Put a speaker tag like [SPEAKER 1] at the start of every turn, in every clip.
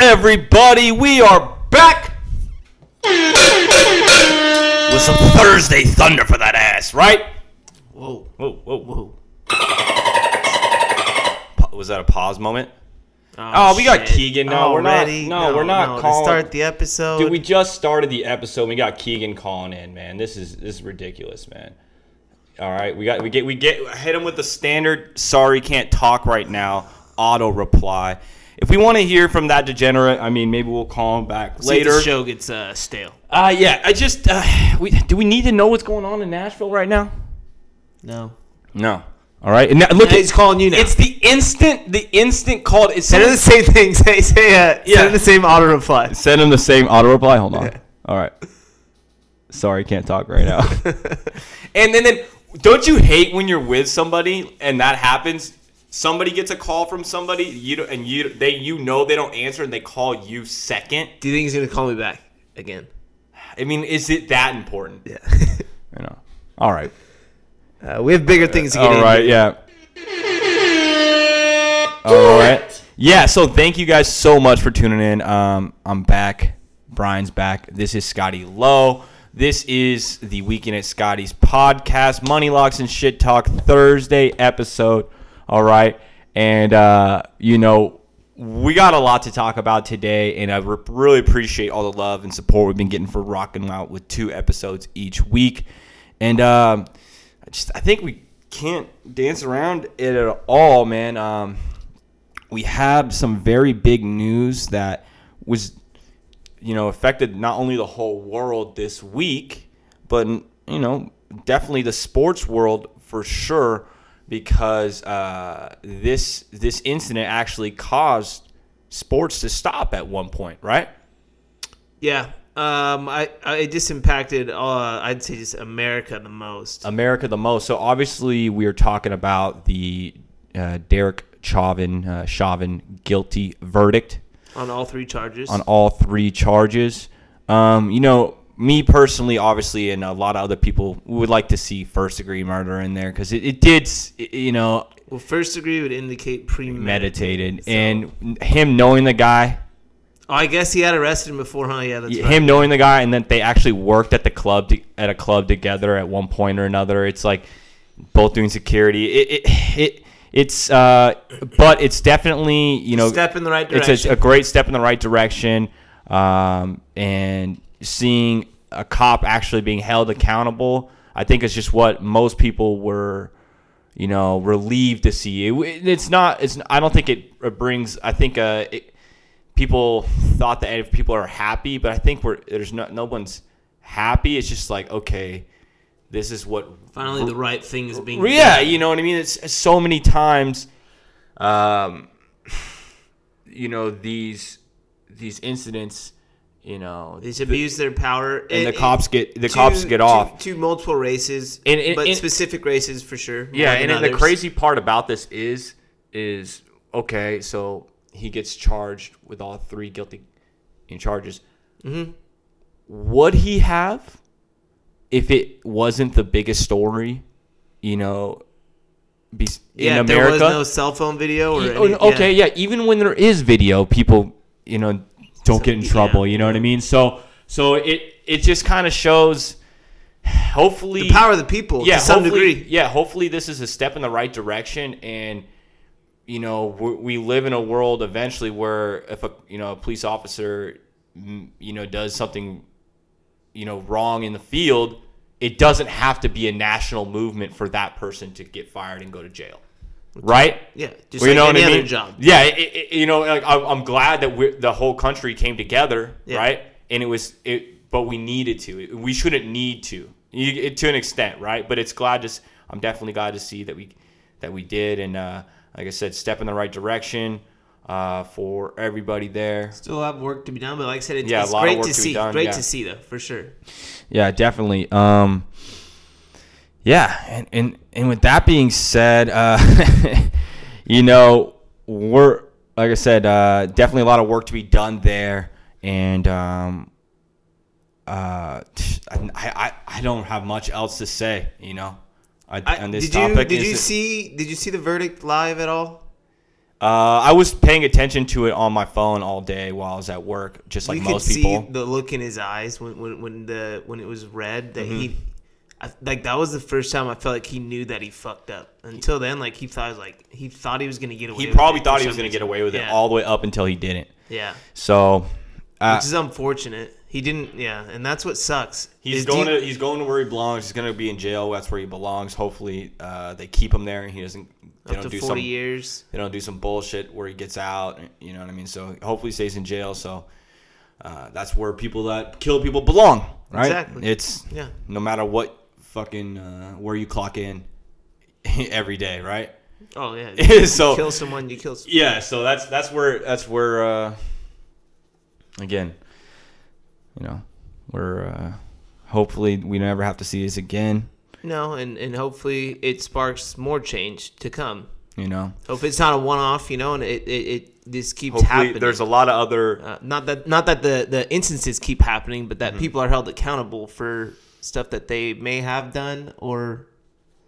[SPEAKER 1] everybody. We are back with some Thursday thunder for that ass, right? Whoa, whoa, whoa, whoa. Pa- Was that a pause moment? Oh, we got
[SPEAKER 2] shit.
[SPEAKER 1] Keegan. No,
[SPEAKER 2] Already?
[SPEAKER 1] we're not. No, we're not
[SPEAKER 2] no, to
[SPEAKER 1] calling.
[SPEAKER 2] start the episode.
[SPEAKER 1] Dude, we just started the episode. We got Keegan calling in, man. This is this is ridiculous, man. All right, we got we get we get hit him with the standard. Sorry, can't talk right now. Auto reply. If we want to hear from that degenerate, I mean, maybe we'll call him back
[SPEAKER 2] See if
[SPEAKER 1] later.
[SPEAKER 2] The show gets uh, stale.
[SPEAKER 1] Uh, yeah, I just uh, we do we need to know what's going on in Nashville right now?
[SPEAKER 2] No.
[SPEAKER 1] No. All right, and now, look,
[SPEAKER 2] He's calling you now.
[SPEAKER 1] It's the instant, the instant called. It's
[SPEAKER 2] They're the same thing. Say, say, uh,
[SPEAKER 1] Yeah.
[SPEAKER 2] yeah. the same auto reply.
[SPEAKER 1] Send him the same auto reply. Hold on. All right. Sorry, can't talk right now. and then, then, don't you hate when you're with somebody and that happens? Somebody gets a call from somebody, you don't, and you they you know they don't answer, and they call you second.
[SPEAKER 2] Do you think he's gonna call me back again?
[SPEAKER 1] I mean, is it that important?
[SPEAKER 2] Yeah.
[SPEAKER 1] You know. All right.
[SPEAKER 2] uh, we have bigger things to get
[SPEAKER 1] All
[SPEAKER 2] into.
[SPEAKER 1] right. Yeah. All right. Yeah. So thank you guys so much for tuning in. Um, I'm back. Brian's back. This is Scotty Lowe. This is the Weekend at Scotty's podcast, Money Locks and Shit Talk Thursday episode. All right. And, uh, you know, we got a lot to talk about today, and I re- really appreciate all the love and support we've been getting for Rockin' Out with two episodes each week. And um, I just I think we can't dance around it at all, man. Um, we had some very big news that was, you know, affected not only the whole world this week, but you know, definitely the sports world for sure, because uh, this this incident actually caused sports to stop at one point, right?
[SPEAKER 2] Yeah. Um. I. I it just impacted. Uh. I'd say just America the most.
[SPEAKER 1] America the most. So obviously, we are talking about the uh, Derek Chauvin uh, Chauvin guilty verdict
[SPEAKER 2] on all three charges.
[SPEAKER 1] on all three charges. Um, you know, me personally, obviously, and a lot of other people would like to see first degree murder in there because it, it did, s- it- you know,
[SPEAKER 2] well, first degree would indicate premeditated.
[SPEAKER 1] meditated and him knowing the guy,
[SPEAKER 2] Oh, I guess he had arrested him before, huh? Yeah, that's right.
[SPEAKER 1] him knowing the guy, and that they actually worked at the club to, at a club together at one point or another. It's like both doing security. It it, it it's uh, but it's definitely you know
[SPEAKER 2] Step in the right
[SPEAKER 1] it's
[SPEAKER 2] direction.
[SPEAKER 1] a- a, great step in the right direction. Um, and seeing a cop actually being held accountable, I think it's just what most people were, you know, relieved to see. It, it's not. It's. I don't think it brings. I think uh, it, people thought that if people are happy, but I think we're there's no no one's happy. It's just like okay, this is what
[SPEAKER 2] Finally, the right thing is being.
[SPEAKER 1] yeah, you know what I mean. It's, it's so many times, um, you know these these incidents. You know,
[SPEAKER 2] These abuse their power,
[SPEAKER 1] and the cops get the cops get off.
[SPEAKER 2] to, multiple races,
[SPEAKER 1] And- and-
[SPEAKER 2] but
[SPEAKER 1] and-
[SPEAKER 2] specific races for sure. more
[SPEAKER 1] yeah,
[SPEAKER 2] than
[SPEAKER 1] and, the
[SPEAKER 2] others.
[SPEAKER 1] crazy part about this is is okay. So he gets charged with all three guilty in charges.
[SPEAKER 2] Mm-hmm.
[SPEAKER 1] Would he have if it wasn't the biggest story? You know, be,
[SPEAKER 2] yeah,
[SPEAKER 1] in
[SPEAKER 2] if there
[SPEAKER 1] America,
[SPEAKER 2] was no cell phone video or
[SPEAKER 1] Yeah,
[SPEAKER 2] any-
[SPEAKER 1] oh, okay, yeah. Even when there is video, people you know don't get in
[SPEAKER 2] yeah.
[SPEAKER 1] trouble. You know what I mean? So so it it just kind of shows. Hopefully,
[SPEAKER 2] The power of the people
[SPEAKER 1] yeah,
[SPEAKER 2] to some
[SPEAKER 1] hopefully-
[SPEAKER 2] degree.
[SPEAKER 1] Yeah, hopefully this is a step in the right direction, and you know we we live in a world eventually where if a you know a police officer mm, you know does something you know wrong in the field, it doesn't have to be a national movement for that person to get fired and go to jail, right?
[SPEAKER 2] Yeah,
[SPEAKER 1] Well,
[SPEAKER 2] just like
[SPEAKER 1] you know
[SPEAKER 2] any
[SPEAKER 1] what I
[SPEAKER 2] other
[SPEAKER 1] mean?
[SPEAKER 2] job.
[SPEAKER 1] Yeah, it, it, it- you know, like I'm, I'm glad that we're, the whole country came together,
[SPEAKER 2] Yeah.
[SPEAKER 1] right? And it was it, but we needed to. It- We shouldn't need to, you, it, to an extent, right? But it's glad to. s- I'm definitely glad to see that we that we did, and uh, like I said, step in the right direction uh, for everybody there.
[SPEAKER 2] Still have work to be done, but like I said, it's,
[SPEAKER 1] Yeah, a
[SPEAKER 2] it's
[SPEAKER 1] lot of
[SPEAKER 2] great
[SPEAKER 1] work
[SPEAKER 2] to
[SPEAKER 1] to be
[SPEAKER 2] see.
[SPEAKER 1] done,
[SPEAKER 2] great
[SPEAKER 1] yeah.
[SPEAKER 2] to see, though, for sure.
[SPEAKER 1] Yeah, definitely. Um, yeah, and, and and with that being said, uh, you know, we're like I said, uh, definitely a lot of work to be done there, and um, uh, I, I I don't have much else to say, you know, I,
[SPEAKER 2] I,
[SPEAKER 1] on this
[SPEAKER 2] did
[SPEAKER 1] topic.
[SPEAKER 2] you did
[SPEAKER 1] It's-
[SPEAKER 2] you see did you see the verdict live at all?
[SPEAKER 1] Uh, I was paying attention to it on my phone all day while I was at work, just like
[SPEAKER 2] you could
[SPEAKER 1] most
[SPEAKER 2] see
[SPEAKER 1] people.
[SPEAKER 2] the look in his eyes when when, when the when it was red that he,
[SPEAKER 1] Mm-hmm.
[SPEAKER 2] I, like that was the first time I felt like he knew that he fucked up. Until then, like he thought like he thought he was gonna get away.
[SPEAKER 1] he
[SPEAKER 2] with
[SPEAKER 1] probably
[SPEAKER 2] it
[SPEAKER 1] thought
[SPEAKER 2] for
[SPEAKER 1] he was
[SPEAKER 2] some
[SPEAKER 1] going to get
[SPEAKER 2] reason.
[SPEAKER 1] away with it
[SPEAKER 2] Yeah.
[SPEAKER 1] all the way up until he didn't.
[SPEAKER 2] Yeah,
[SPEAKER 1] So uh,
[SPEAKER 2] which is unfortunate. He didn't. Yeah, and that's what sucks.
[SPEAKER 1] he's
[SPEAKER 2] Is
[SPEAKER 1] going
[SPEAKER 2] deep-
[SPEAKER 1] to he's going to where he belongs. He's going to be in jail. That's where he belongs. Hopefully, uh, they keep him there and he doesn't. They
[SPEAKER 2] up
[SPEAKER 1] don't
[SPEAKER 2] to
[SPEAKER 1] do
[SPEAKER 2] forty
[SPEAKER 1] some.
[SPEAKER 2] years.
[SPEAKER 1] They don't do some bullshit where he gets out. You know what I mean? So hopefully, he stays in jail. So uh, that's where people that kill people belong, right?
[SPEAKER 2] Exactly.
[SPEAKER 1] It's
[SPEAKER 2] Yeah.
[SPEAKER 1] no matter what fucking uh, where you clock in every day, right?
[SPEAKER 2] Oh yeah. You
[SPEAKER 1] so
[SPEAKER 2] kill someone, you kill. Someone.
[SPEAKER 1] yeah so that's that's where that's where uh again you know we're uh hopefully we never have to see this again
[SPEAKER 2] No, and and hopefully it sparks more change to come.
[SPEAKER 1] you know
[SPEAKER 2] Hope it's not a one-off, you know, and it, it, it this keeps
[SPEAKER 1] hopefully
[SPEAKER 2] happening.
[SPEAKER 1] there's a lot of other
[SPEAKER 2] uh, not that not that the the instances keep happening, but
[SPEAKER 1] Mm-hmm.
[SPEAKER 2] that people are held accountable for stuff that they may have done or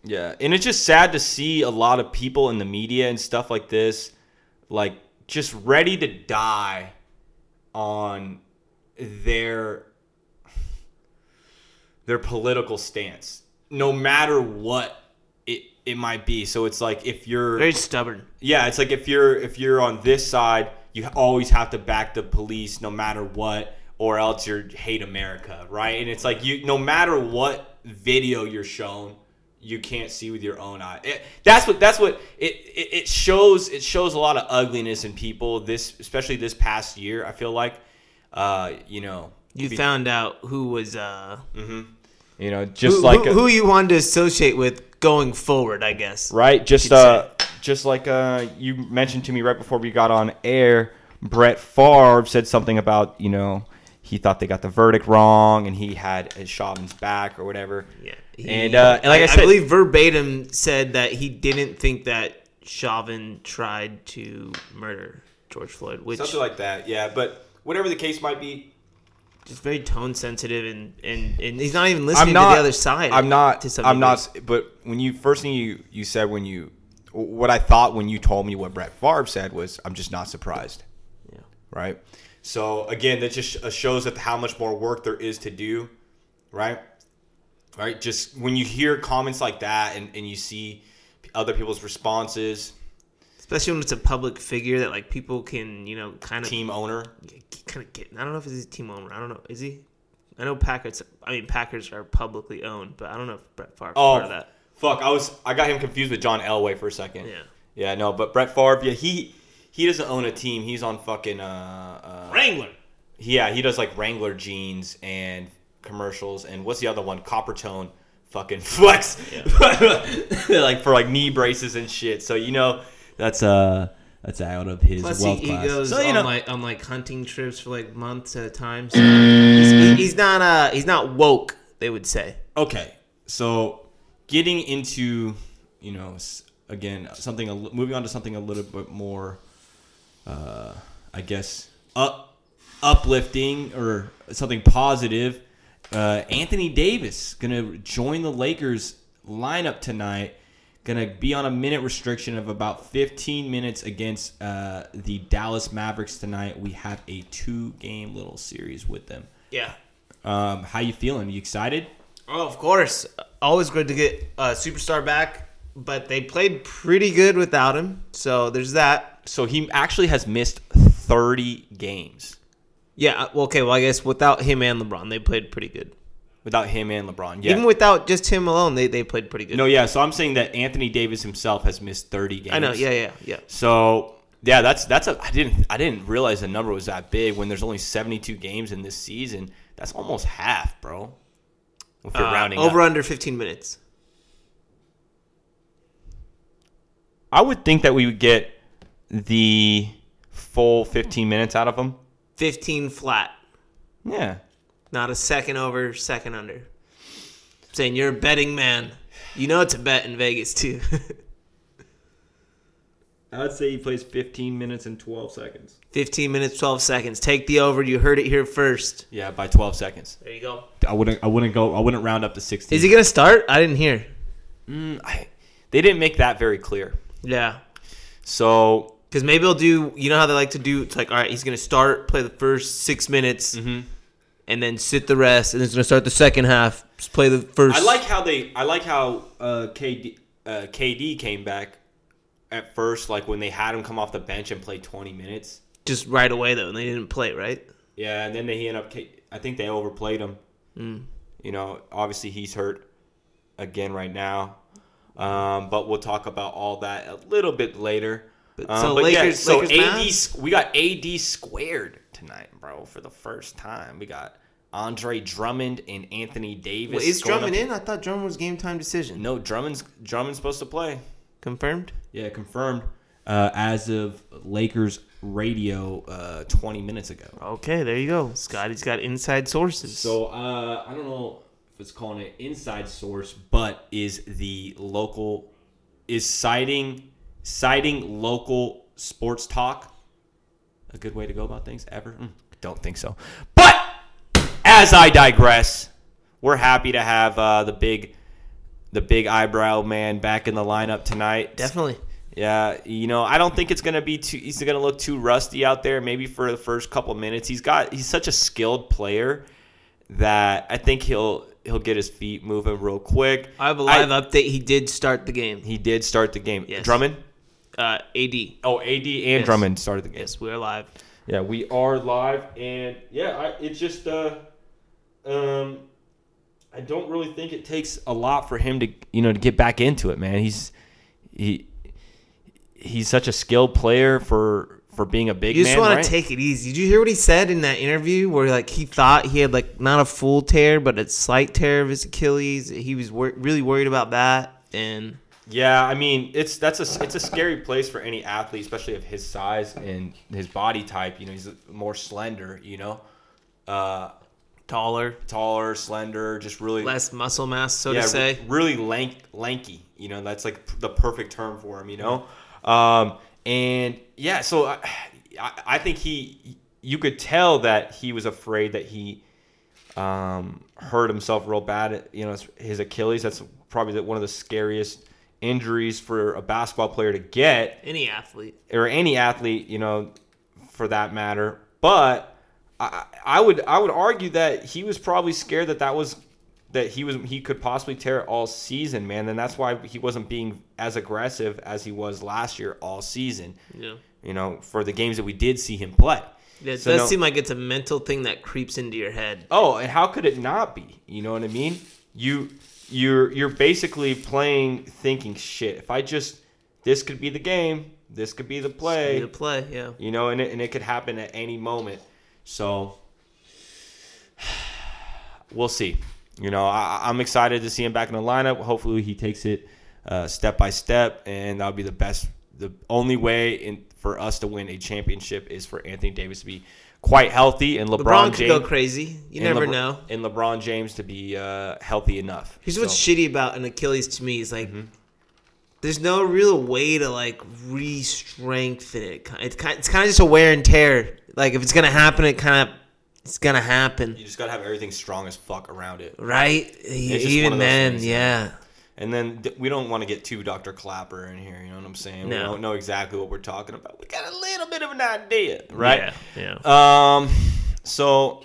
[SPEAKER 1] yeah and it's just sad to see a lot of people in the media and stuff like this like just ready to die on their their political stance no matter what it it might be so it's like if you're
[SPEAKER 2] very stubborn.
[SPEAKER 1] yeah it's like if you're if you're on this side you always have to back the police no matter what or else you are hate america right and it's like you no matter what video you're shown you can't see with your own eye it, that's what that's what it, it it shows it shows a lot of ugliness in people this especially this past year i feel like uh you know
[SPEAKER 2] You found out who was uh
[SPEAKER 1] you know just
[SPEAKER 2] who,
[SPEAKER 1] like
[SPEAKER 2] who,
[SPEAKER 1] a-
[SPEAKER 2] who you wanted to associate with going forward, I guess.
[SPEAKER 1] right? Just
[SPEAKER 2] You'd
[SPEAKER 1] uh, just like uh, you mentioned to me right before we got on air, Brett Favre said something about you know he thought they got the verdict wrong and he had his Chauvin's back or whatever.
[SPEAKER 2] Yeah.
[SPEAKER 1] And, uh, and like I said-
[SPEAKER 2] I believe verbatim said that he didn't think that Chauvin tried to murder George Floyd, which
[SPEAKER 1] something like that. Yeah, but whatever the case might be,
[SPEAKER 2] is very tone sensitive and, and, and he's not even listening to the other side.
[SPEAKER 1] I'm not.
[SPEAKER 2] to some
[SPEAKER 1] I'm
[SPEAKER 2] degree.
[SPEAKER 1] not. But when you first thing you you said when you what I thought when you told me what Brett Favre said was I'm just not surprised.
[SPEAKER 2] Yeah.
[SPEAKER 1] right? So again, that just uh, shows that how much more work there is to do, right? Right? Just when you hear comments like that and, and you see other people's responses,
[SPEAKER 2] especially when it's a public figure that like people can you know kind of
[SPEAKER 1] team owner,
[SPEAKER 2] kind of get. I don't know if he's a team owner. I don't know. Is he? I know Packers. I mean Packers are publicly owned, but I don't know if Brett Favre
[SPEAKER 1] oh
[SPEAKER 2] part of that.
[SPEAKER 1] fuck, I was I got him confused with John Elway for a second.
[SPEAKER 2] Yeah.
[SPEAKER 1] yeah, no, but Brett Favre, yeah, he he doesn't own a team. He's on fucking uh, uh
[SPEAKER 2] Wrangler.
[SPEAKER 1] yeah, he does like Wrangler jeans and commercials and what's the other one? Coppertone fucking flex like for like knee braces and shit. So you know that's uh that's out of his
[SPEAKER 2] Plus he,
[SPEAKER 1] wealth
[SPEAKER 2] he
[SPEAKER 1] class.
[SPEAKER 2] goes
[SPEAKER 1] so you
[SPEAKER 2] on
[SPEAKER 1] know
[SPEAKER 2] like on like hunting trips for like months at a time. So he's, he- he's not uh he's not woke. They would say.
[SPEAKER 1] okay. So getting into you know s- again something a li- moving on to something a little bit more uh I guess up uplifting or something positive. Uh, Anthony Davis gonna join the Lakers lineup tonight. Gonna be on a minute restriction of about 15 minutes against uh, the Dallas Mavericks tonight. We have a two-game little series with them.
[SPEAKER 2] Yeah.
[SPEAKER 1] Um, how you feeling? You excited?
[SPEAKER 2] Oh, of course. Always good to get a superstar back, but they played pretty good without him. So there's that.
[SPEAKER 1] So he actually has missed 30 games
[SPEAKER 2] Yeah. uh, well, Okay. Well, I guess without him and LeBron, they played pretty good.
[SPEAKER 1] without him and LeBron. Yeah.
[SPEAKER 2] Even without just him alone, they, they played pretty good.
[SPEAKER 1] no, yeah. So I'm saying that Anthony Davis himself has missed 30 games.
[SPEAKER 2] I know. Yeah. Yeah. Yeah.
[SPEAKER 1] So yeah, that's that's a I didn't I didn't realize the number was that big when there's only 72 games in this season. That's almost half, bro. If you're
[SPEAKER 2] Uh,
[SPEAKER 1] rounding
[SPEAKER 2] over
[SPEAKER 1] up.
[SPEAKER 2] under 15 minutes.
[SPEAKER 1] I would think that we would get the full 15 minutes out of them.
[SPEAKER 2] 15 flat.
[SPEAKER 1] Yeah.
[SPEAKER 2] Not a second over, second under. saying you're a betting man. You know it's a bet in Vegas too.
[SPEAKER 1] I would say he plays 15 minutes and 12 seconds.
[SPEAKER 2] 15 minutes, 12 seconds. Take the over. You heard it here first.
[SPEAKER 1] Yeah, by 12 seconds.
[SPEAKER 2] There you go.
[SPEAKER 1] I wouldn't I wouldn't go I wouldn't round up to 16.
[SPEAKER 2] Is he gonna start? I didn't hear.
[SPEAKER 1] I, they didn't make that very clear.
[SPEAKER 2] Yeah.
[SPEAKER 1] So
[SPEAKER 2] Because maybe he'll do. You know how they like to do. It's like all right, he's gonna start play the first six minutes,
[SPEAKER 1] Mm-hmm.
[SPEAKER 2] and then sit the rest, and then he's gonna start the second half, just play the first.
[SPEAKER 1] I like how they. I like how uh, KD uh, KD came back at first, like when they had him come off the bench and play 20 minutes.
[SPEAKER 2] just right away though, and they didn't play right.
[SPEAKER 1] Yeah, and then they, he ended up. ca- I think they overplayed him.
[SPEAKER 2] Mm.
[SPEAKER 1] You know, obviously he's hurt again right now, um, but we'll talk about all that a little bit later.
[SPEAKER 2] But-
[SPEAKER 1] Um,
[SPEAKER 2] so
[SPEAKER 1] but yeah,
[SPEAKER 2] Lakers-
[SPEAKER 1] so
[SPEAKER 2] Lakers
[SPEAKER 1] AD,
[SPEAKER 2] Mavs?
[SPEAKER 1] squ- we got AD squared tonight, bro, for the first time. We got Andre Drummond and Anthony Davis.
[SPEAKER 2] Well, is
[SPEAKER 1] going
[SPEAKER 2] Drummond
[SPEAKER 1] up-
[SPEAKER 2] in? I thought Drummond was game time decision.
[SPEAKER 1] No, Drummond's Drummond's supposed to play.
[SPEAKER 2] Confirmed.
[SPEAKER 1] Yeah, confirmed uh, as of Lakers radio uh, 20 minutes ago.
[SPEAKER 2] Okay, there you go. Scotty's got inside sources.
[SPEAKER 1] So uh, I don't know if it's calling it inside source, but is the local is citing citing local sports talk a good way to go about things ever? Mm, don't think so. But as I digress, we're happy to have uh, the big the big eyebrow man back in the lineup tonight.
[SPEAKER 2] definitely.
[SPEAKER 1] Yeah, you know, I don't think it's gonna be too. He's gonna look too rusty out there. Maybe for the first couple minutes, he's got. He's such a skilled player that I think he'll he'll get his feet moving real quick.
[SPEAKER 2] I have a live update. He did start the game.
[SPEAKER 1] He did start the game.
[SPEAKER 2] Yes.
[SPEAKER 1] Drummond.
[SPEAKER 2] Uh, AD.
[SPEAKER 1] Oh, AD and Drummond started the game.
[SPEAKER 2] Yes, we're live.
[SPEAKER 1] Yeah, we are live, and yeah, I, it's just uh, um, I don't really think it takes a lot for him to you know to get back into it, man. He's he he's such a skilled player for for being a big
[SPEAKER 2] You
[SPEAKER 1] man.
[SPEAKER 2] just want
[SPEAKER 1] right?
[SPEAKER 2] to take it easy. Did you hear what he said in that interview where like he thought he had like not a full tear but a slight tear of his Achilles? He was wor- really worried about that and
[SPEAKER 1] Yeah, I mean it's that's a it's a scary place for any athlete, especially of his size and his body type. You know, he's more slender. You know, uh,
[SPEAKER 2] taller,
[SPEAKER 1] taller, slender, just really
[SPEAKER 2] less muscle mass, so to
[SPEAKER 1] re-
[SPEAKER 2] say.
[SPEAKER 1] really lank, lanky. You know, that's like p- the perfect term for him. You know, um, and yeah, so I, I I think he, you could tell that he was afraid that he um, hurt himself real bad. You know, his Achilles. That's probably the, one of the scariest injuries for a basketball player to get
[SPEAKER 2] Any athlete.
[SPEAKER 1] or any athlete, you know, for that matter. But I, I would I would argue that he was probably scared that that was that he was he could possibly tear it all season, man. And that's why he wasn't being as aggressive as he was last year all season.
[SPEAKER 2] Yeah.
[SPEAKER 1] You know, for the games that we did see him play.
[SPEAKER 2] Yeah, it
[SPEAKER 1] So
[SPEAKER 2] does
[SPEAKER 1] no-
[SPEAKER 2] seem like it's a mental thing that creeps into your head.
[SPEAKER 1] oh and how could it not be you know what i mean you you're you're basically playing thinking shit if i just this could be the game this could be the play
[SPEAKER 2] You play, yeah.
[SPEAKER 1] you know, and it, and it could happen at any moment. So we'll see. You know, I, I'm excited to see him back in the lineup. Hopefully, he takes it uh, step by step, and that'll be the best. The only way in, for us to win a championship is for Anthony Davis to be quite healthy and LeBron,
[SPEAKER 2] LeBron could
[SPEAKER 1] James.
[SPEAKER 2] go crazy. You
[SPEAKER 1] and
[SPEAKER 2] never
[SPEAKER 1] LeBron-
[SPEAKER 2] know.
[SPEAKER 1] And LeBron James to be uh, healthy enough.
[SPEAKER 2] Here's
[SPEAKER 1] So- Mm-hmm.
[SPEAKER 2] what's shitty about an Achilles to me is like, there's no real way to like re-strengthen it. Ki- It's kind, it's kind of just a wear and tear. Like if it's gonna happen, it kind of it's gonna happen,
[SPEAKER 1] you just gotta have everything strong as fuck around it.
[SPEAKER 2] right? E-,
[SPEAKER 1] just one
[SPEAKER 2] Even
[SPEAKER 1] of those
[SPEAKER 2] then,
[SPEAKER 1] things.
[SPEAKER 2] yeah.
[SPEAKER 1] And then th- we don't want to get too Dr. Clapper in here. You know what I'm saying? We
[SPEAKER 2] No.
[SPEAKER 1] don't know exactly what we're talking about. We got a little bit of an idea, right?
[SPEAKER 2] Yeah.
[SPEAKER 1] Um, so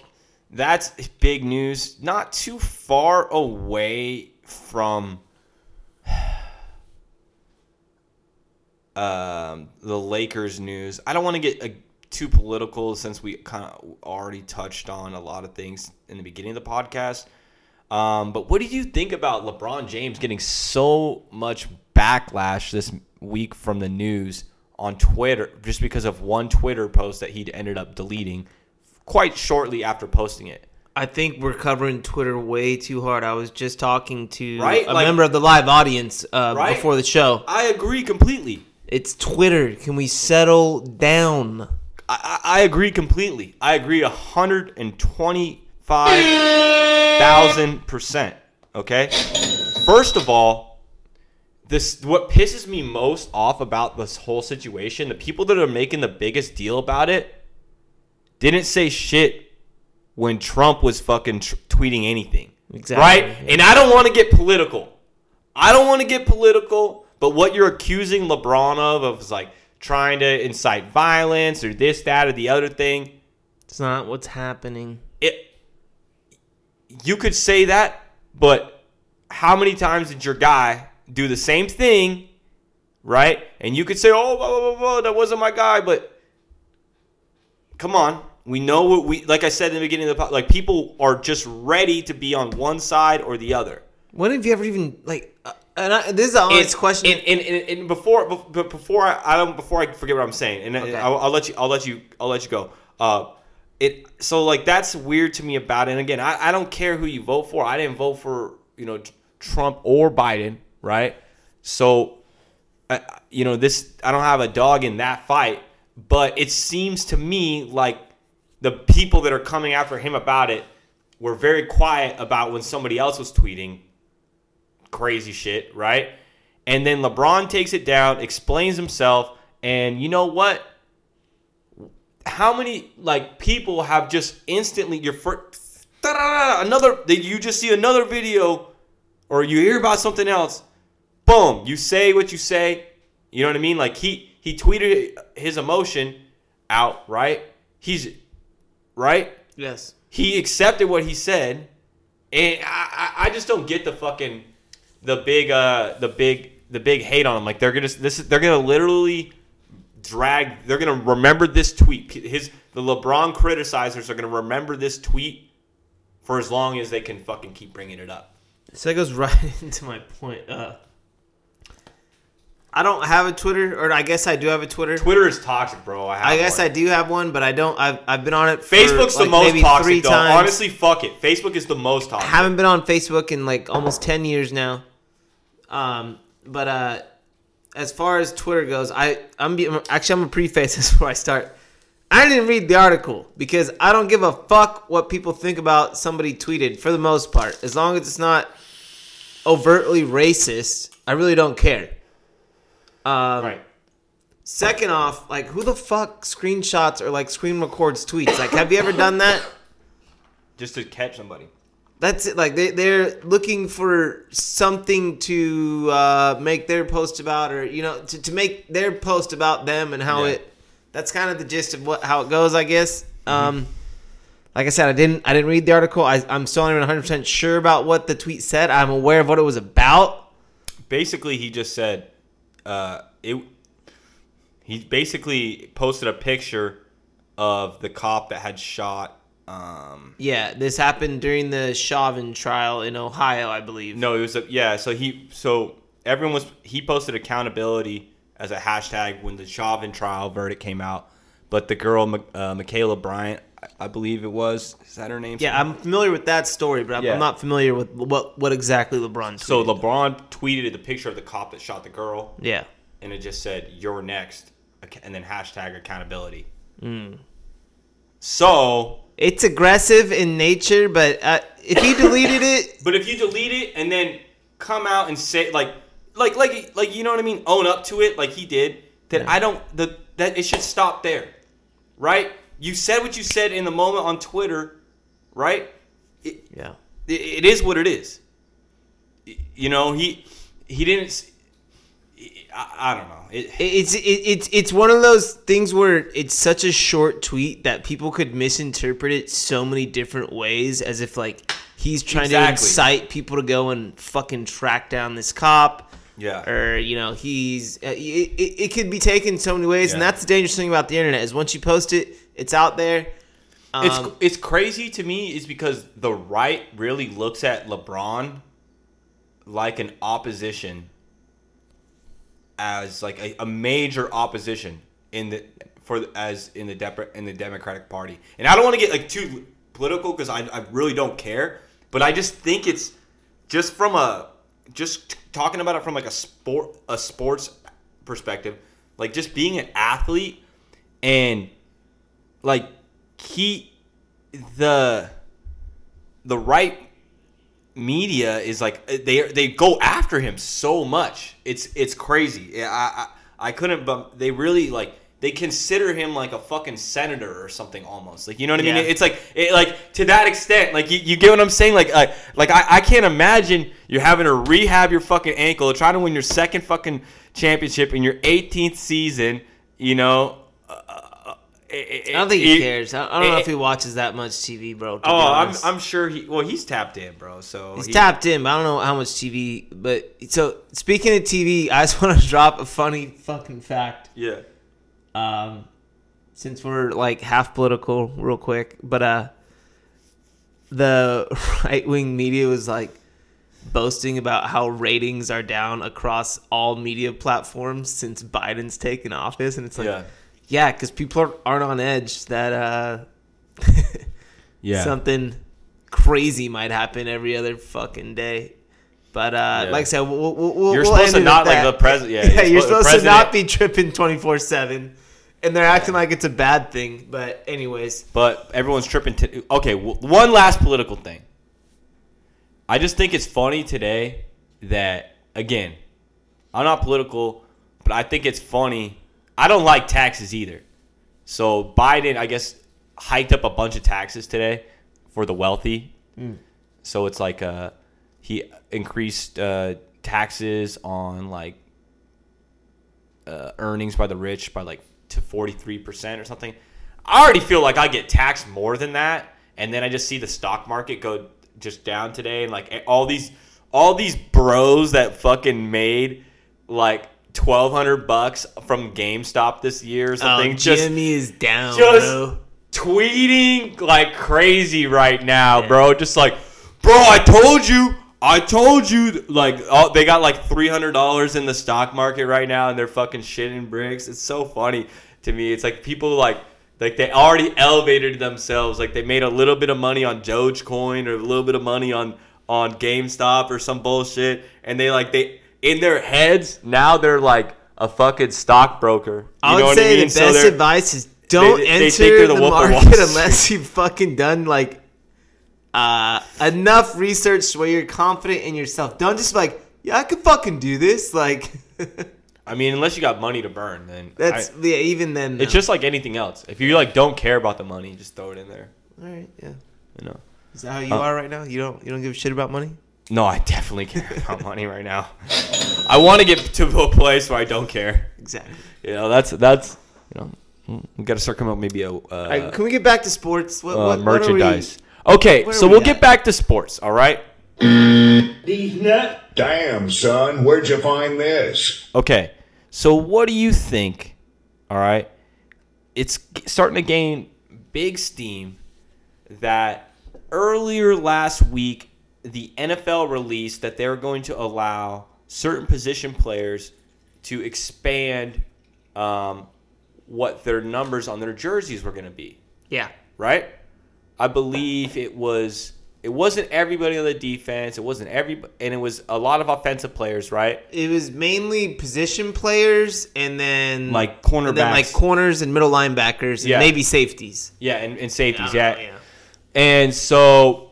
[SPEAKER 1] that's big news. Not too far away from um, the Lakers news. I don't want to get uh, too political since we kind of already touched on a lot of things in the beginning of the podcast. Um, but what do you think about LeBron James getting so much backlash this week from the news on Twitter just because of one Twitter post that he ended up deleting quite shortly after posting it?
[SPEAKER 2] I think we're covering Twitter way too hard. I was just talking to
[SPEAKER 1] Right,
[SPEAKER 2] a
[SPEAKER 1] like-
[SPEAKER 2] member of the live audience uh,
[SPEAKER 1] Right?
[SPEAKER 2] before the show.
[SPEAKER 1] I agree completely.
[SPEAKER 2] It's Twitter. Can we settle down?
[SPEAKER 1] I, I I agree completely. I agree 125,000 percent. Okay. First of all, this what pisses me most off about this whole situation. The people that are making the biggest deal about it didn't say shit when Trump was fucking tr- tweeting anything.
[SPEAKER 2] Exactly,
[SPEAKER 1] Right.
[SPEAKER 2] yeah.
[SPEAKER 1] And I don't want to get political. I don't want to get political, but what you're accusing LeBron of of is like trying to incite violence or this, that, or the other thing.
[SPEAKER 2] It's not what's happening.
[SPEAKER 1] it you could say that, but how many times did your guy do the same thing, right? And you could say, "Oh, blah, blah, blah, blah, that wasn't my guy," but come on, we know what we like. I said in the beginning of the pod, like people are just ready to be on one side or the other.
[SPEAKER 2] When have you ever even like? Uh, and I, this is an honest question.
[SPEAKER 1] And, and, and, and before, bef- but before I, I don't, before I forget what I'm saying, and
[SPEAKER 2] Okay.
[SPEAKER 1] I, I'll, I'll let you, I'll let you, I'll let you go. Uh, it so like that's weird to me about it. And again, I, I don't care who you vote for. I didn't vote for you know Tr- Trump or Biden, right? So, I, I- you know this, I don't have a dog in that fight, but it seems to me like the people that are coming after him about it were very quiet about when somebody else was tweeting crazy shit, right? And then LeBron takes it down, explains himself, and you know what? How many like people have just instantly your first another that you just see another video or you hear about something else, boom, you say what you say. You know what I mean? Like he he tweeted his emotion out, right? He's right
[SPEAKER 2] yes.
[SPEAKER 1] he accepted what he said, and I, I, I just don't get the fucking the big uh the big the big hate on him. Like they're gonna this is- they're gonna literally drag. They're gonna remember this tweet. His the LeBron criticizers are gonna remember this tweet for as long as they can fucking keep bringing it up.
[SPEAKER 2] So that goes right into my point. Uh, I don't have a Twitter, or I guess I do have a Twitter.
[SPEAKER 1] Twitter is toxic, bro. I, have
[SPEAKER 2] I guess
[SPEAKER 1] one.
[SPEAKER 2] I do have one, but I don't. I've, I've been on it. For
[SPEAKER 1] Facebook's
[SPEAKER 2] like
[SPEAKER 1] the most
[SPEAKER 2] maybe three
[SPEAKER 1] toxic, though.
[SPEAKER 2] times.
[SPEAKER 1] Honestly, fuck it. Facebook is the most toxic.
[SPEAKER 2] haven't been on Facebook in like almost 10 years now. Um, but uh, as far as Twitter goes, I I'm be, actually I'm gonna preface this before I start. I didn't read the article because I don't give a fuck what people think about somebody tweeted for the most part. As long as it's not overtly racist, I really don't care. Um,
[SPEAKER 1] right.
[SPEAKER 2] Second off, like who the fuck screenshots or like screen records tweets? Like, have you ever done that?
[SPEAKER 1] Just to catch somebody.
[SPEAKER 2] That's it. Like they they're looking for something to uh, make their post about, or you know, to, to make their post about them and how
[SPEAKER 1] Yeah.
[SPEAKER 2] it. That's kind of the gist of what how it goes, I guess. Um, like I said, I didn't I didn't read the article. I, I'm still not even 100 percent sure about what the tweet said. I'm aware of what it was about.
[SPEAKER 1] basically he just said uh, it he basically posted a picture of the cop that had shot um
[SPEAKER 2] Yeah, this happened during the Chauvin trial in Ohio, I believe.
[SPEAKER 1] no it was a yeah so he so everyone was he posted accountability as a hashtag when the chauvin trial verdict came out but the girl Mi- uh, michaela bryant I- i believe it was is that her name
[SPEAKER 2] Yeah, I'm familiar with that story, but I'm,
[SPEAKER 1] Yeah.
[SPEAKER 2] I'm not familiar with what what exactly LeBron. Tweeted.
[SPEAKER 1] so lebron tweeted the picture of the cop that shot the girl
[SPEAKER 2] yeah.
[SPEAKER 1] and it just said you're next ac- and then hashtag accountability so
[SPEAKER 2] It's aggressive in nature, but uh, if he deleted it,
[SPEAKER 1] But if you delete it and then come out and say like like like like you know what I mean, own up to it like he did, then I don't the that it should stop there. Right? You said what you said in the moment on Twitter, right? It,
[SPEAKER 2] yeah,
[SPEAKER 1] it, it is what it is. Y- You know, he he didn't s- I, I don't know. It,
[SPEAKER 2] it's it, it's it's one of those things where it's such a short tweet that people could misinterpret it so many different ways, as if like he's trying to
[SPEAKER 1] Exactly.
[SPEAKER 2] incite people to go and fucking track down this cop.
[SPEAKER 1] yeah.
[SPEAKER 2] Or you know he's uh, it, it, it could be taken so many ways, and
[SPEAKER 1] Yeah.
[SPEAKER 2] that's the dangerous thing about the internet is once you post it, it's out there. Um,
[SPEAKER 1] It's it's crazy to me is because the right really looks at LeBron like an opposition as like a, a major opposition in the for the- as in the Dep- in the Democratic Party. And I don't want to get like too political cuz I I really don't care, but I just think it's just from a just t- talking about it from like a sport a sports perspective, like just being an athlete and like he the the right media is like they they go after him so much. It's it's crazy. Yeah, I I, I couldn't but they really like they consider him like a fucking senator or something almost. Like you know what I
[SPEAKER 2] Yeah.
[SPEAKER 1] mean? It's like it, like to that extent. Like you, you get what I'm saying? Like uh, like I, I can't imagine you're having to rehab your fucking ankle, trying to win your second fucking championship in your 18th season You know,
[SPEAKER 2] I don't think he
[SPEAKER 1] It-
[SPEAKER 2] cares. I I don't know
[SPEAKER 1] it-
[SPEAKER 2] if he watches that much TV, bro. to be
[SPEAKER 1] oh, I'm,
[SPEAKER 2] honest.
[SPEAKER 1] I'm sure he. Well, he's tapped in, bro. So
[SPEAKER 2] He's
[SPEAKER 1] he-
[SPEAKER 2] tapped in, but I don't know how much TV. But so speaking of TV, I just want to drop a funny fucking fact.
[SPEAKER 1] Yeah.
[SPEAKER 2] Um, since we're like half political, real quick, but uh, the right wing media was like boasting about how ratings are down across all media platforms since Biden's taken office, and it's like,
[SPEAKER 1] Yeah.
[SPEAKER 2] yeah, because people are- aren't on edge that uh,
[SPEAKER 1] Yeah.
[SPEAKER 2] something crazy might happen every other fucking day. But uh,
[SPEAKER 1] Yeah.
[SPEAKER 2] like I said, we'll, we'll, we'll,
[SPEAKER 1] You're
[SPEAKER 2] we'll
[SPEAKER 1] supposed
[SPEAKER 2] end
[SPEAKER 1] to
[SPEAKER 2] it at
[SPEAKER 1] not, like,
[SPEAKER 2] that.
[SPEAKER 1] the pres- yeah,
[SPEAKER 2] yeah,
[SPEAKER 1] you're supposed- the
[SPEAKER 2] you're supposed to
[SPEAKER 1] president-
[SPEAKER 2] not be tripping twenty four seven, and they're acting like it's a bad thing. But anyways,
[SPEAKER 1] but everyone's tripping. T- okay, w- one last political thing. I just think it's funny today that again, I'm not political, but I think it's funny. I don't like taxes either. So Biden, I guess, hiked up a bunch of taxes today for the wealthy. So it's like uh, he increased uh, taxes on like uh, earnings by the rich by like to 43% or something. I already feel like I get taxed more than that. And then I just see the stock market go just down today. And like all these, all these bros that fucking made like 1200 bucks from GameStop this year or
[SPEAKER 2] oh,
[SPEAKER 1] something. just
[SPEAKER 2] Jimmy is down,
[SPEAKER 1] just
[SPEAKER 2] bro.
[SPEAKER 1] tweeting like crazy right now, bro. Just like, bro, I told you, I told you. Like, oh, they got like three hundred dollars in the stock market right now, and they're fucking shitting bricks. It's so funny to me. It's like people like. Like they already elevated themselves. Like they made a little bit of money on Dogecoin or a little bit of money on on GameStop or some bullshit, and they like they in their heads now they're like a fucking stockbroker. You
[SPEAKER 2] I
[SPEAKER 1] know
[SPEAKER 2] would
[SPEAKER 1] what
[SPEAKER 2] say
[SPEAKER 1] mean?
[SPEAKER 2] the
[SPEAKER 1] So
[SPEAKER 2] best
[SPEAKER 1] they're-
[SPEAKER 2] advice is don't
[SPEAKER 1] they think
[SPEAKER 2] enter
[SPEAKER 1] they're
[SPEAKER 2] the,
[SPEAKER 1] the Wolf of Wall
[SPEAKER 2] market
[SPEAKER 1] Street.
[SPEAKER 2] unless you've fucking done like uh, enough research where you're confident in yourself. Don't just be like, yeah, I could fucking do this. Like
[SPEAKER 1] I mean, unless you got money to burn, then
[SPEAKER 2] that's
[SPEAKER 1] I-
[SPEAKER 2] yeah, even then.
[SPEAKER 1] it's
[SPEAKER 2] no.
[SPEAKER 1] just like anything else. If you like don't care about the money, just throw it in there.
[SPEAKER 2] all right. Yeah,
[SPEAKER 1] You know.
[SPEAKER 2] is that how you
[SPEAKER 1] Uh,
[SPEAKER 2] are right now? You don't you don't give a shit about money.
[SPEAKER 1] No, I definitely care about money right now. I want to get to a place where I don't care.
[SPEAKER 2] Exactly.
[SPEAKER 1] You know, that's that's you know, we got to start coming up maybe a uh,
[SPEAKER 2] all right, can we get back to sports? What,
[SPEAKER 1] uh,
[SPEAKER 2] what- what are we-
[SPEAKER 1] merchandise. okay,
[SPEAKER 2] where
[SPEAKER 1] so
[SPEAKER 2] are we
[SPEAKER 1] we'll
[SPEAKER 2] at?
[SPEAKER 1] get back to sports. All right.
[SPEAKER 3] Damn, son, where'd you find this?
[SPEAKER 1] Okay. So what do you think? All right. It's g- starting to gain big steam that earlier last week the NFL released that they're going to allow certain position players to expand um, what their numbers on their jerseys were going to be
[SPEAKER 2] yeah.
[SPEAKER 1] right? I believe it was it wasn't everybody on the defense, it wasn't every and it was a lot of offensive players, right?
[SPEAKER 2] It was mainly position players and then
[SPEAKER 1] Like
[SPEAKER 2] and then like
[SPEAKER 1] cornerbacks.
[SPEAKER 2] corners and middle linebackers and
[SPEAKER 1] Yeah.
[SPEAKER 2] maybe safeties.
[SPEAKER 1] Yeah, and, and safeties,
[SPEAKER 2] I
[SPEAKER 1] yeah.
[SPEAKER 2] don't know, yeah.
[SPEAKER 1] And so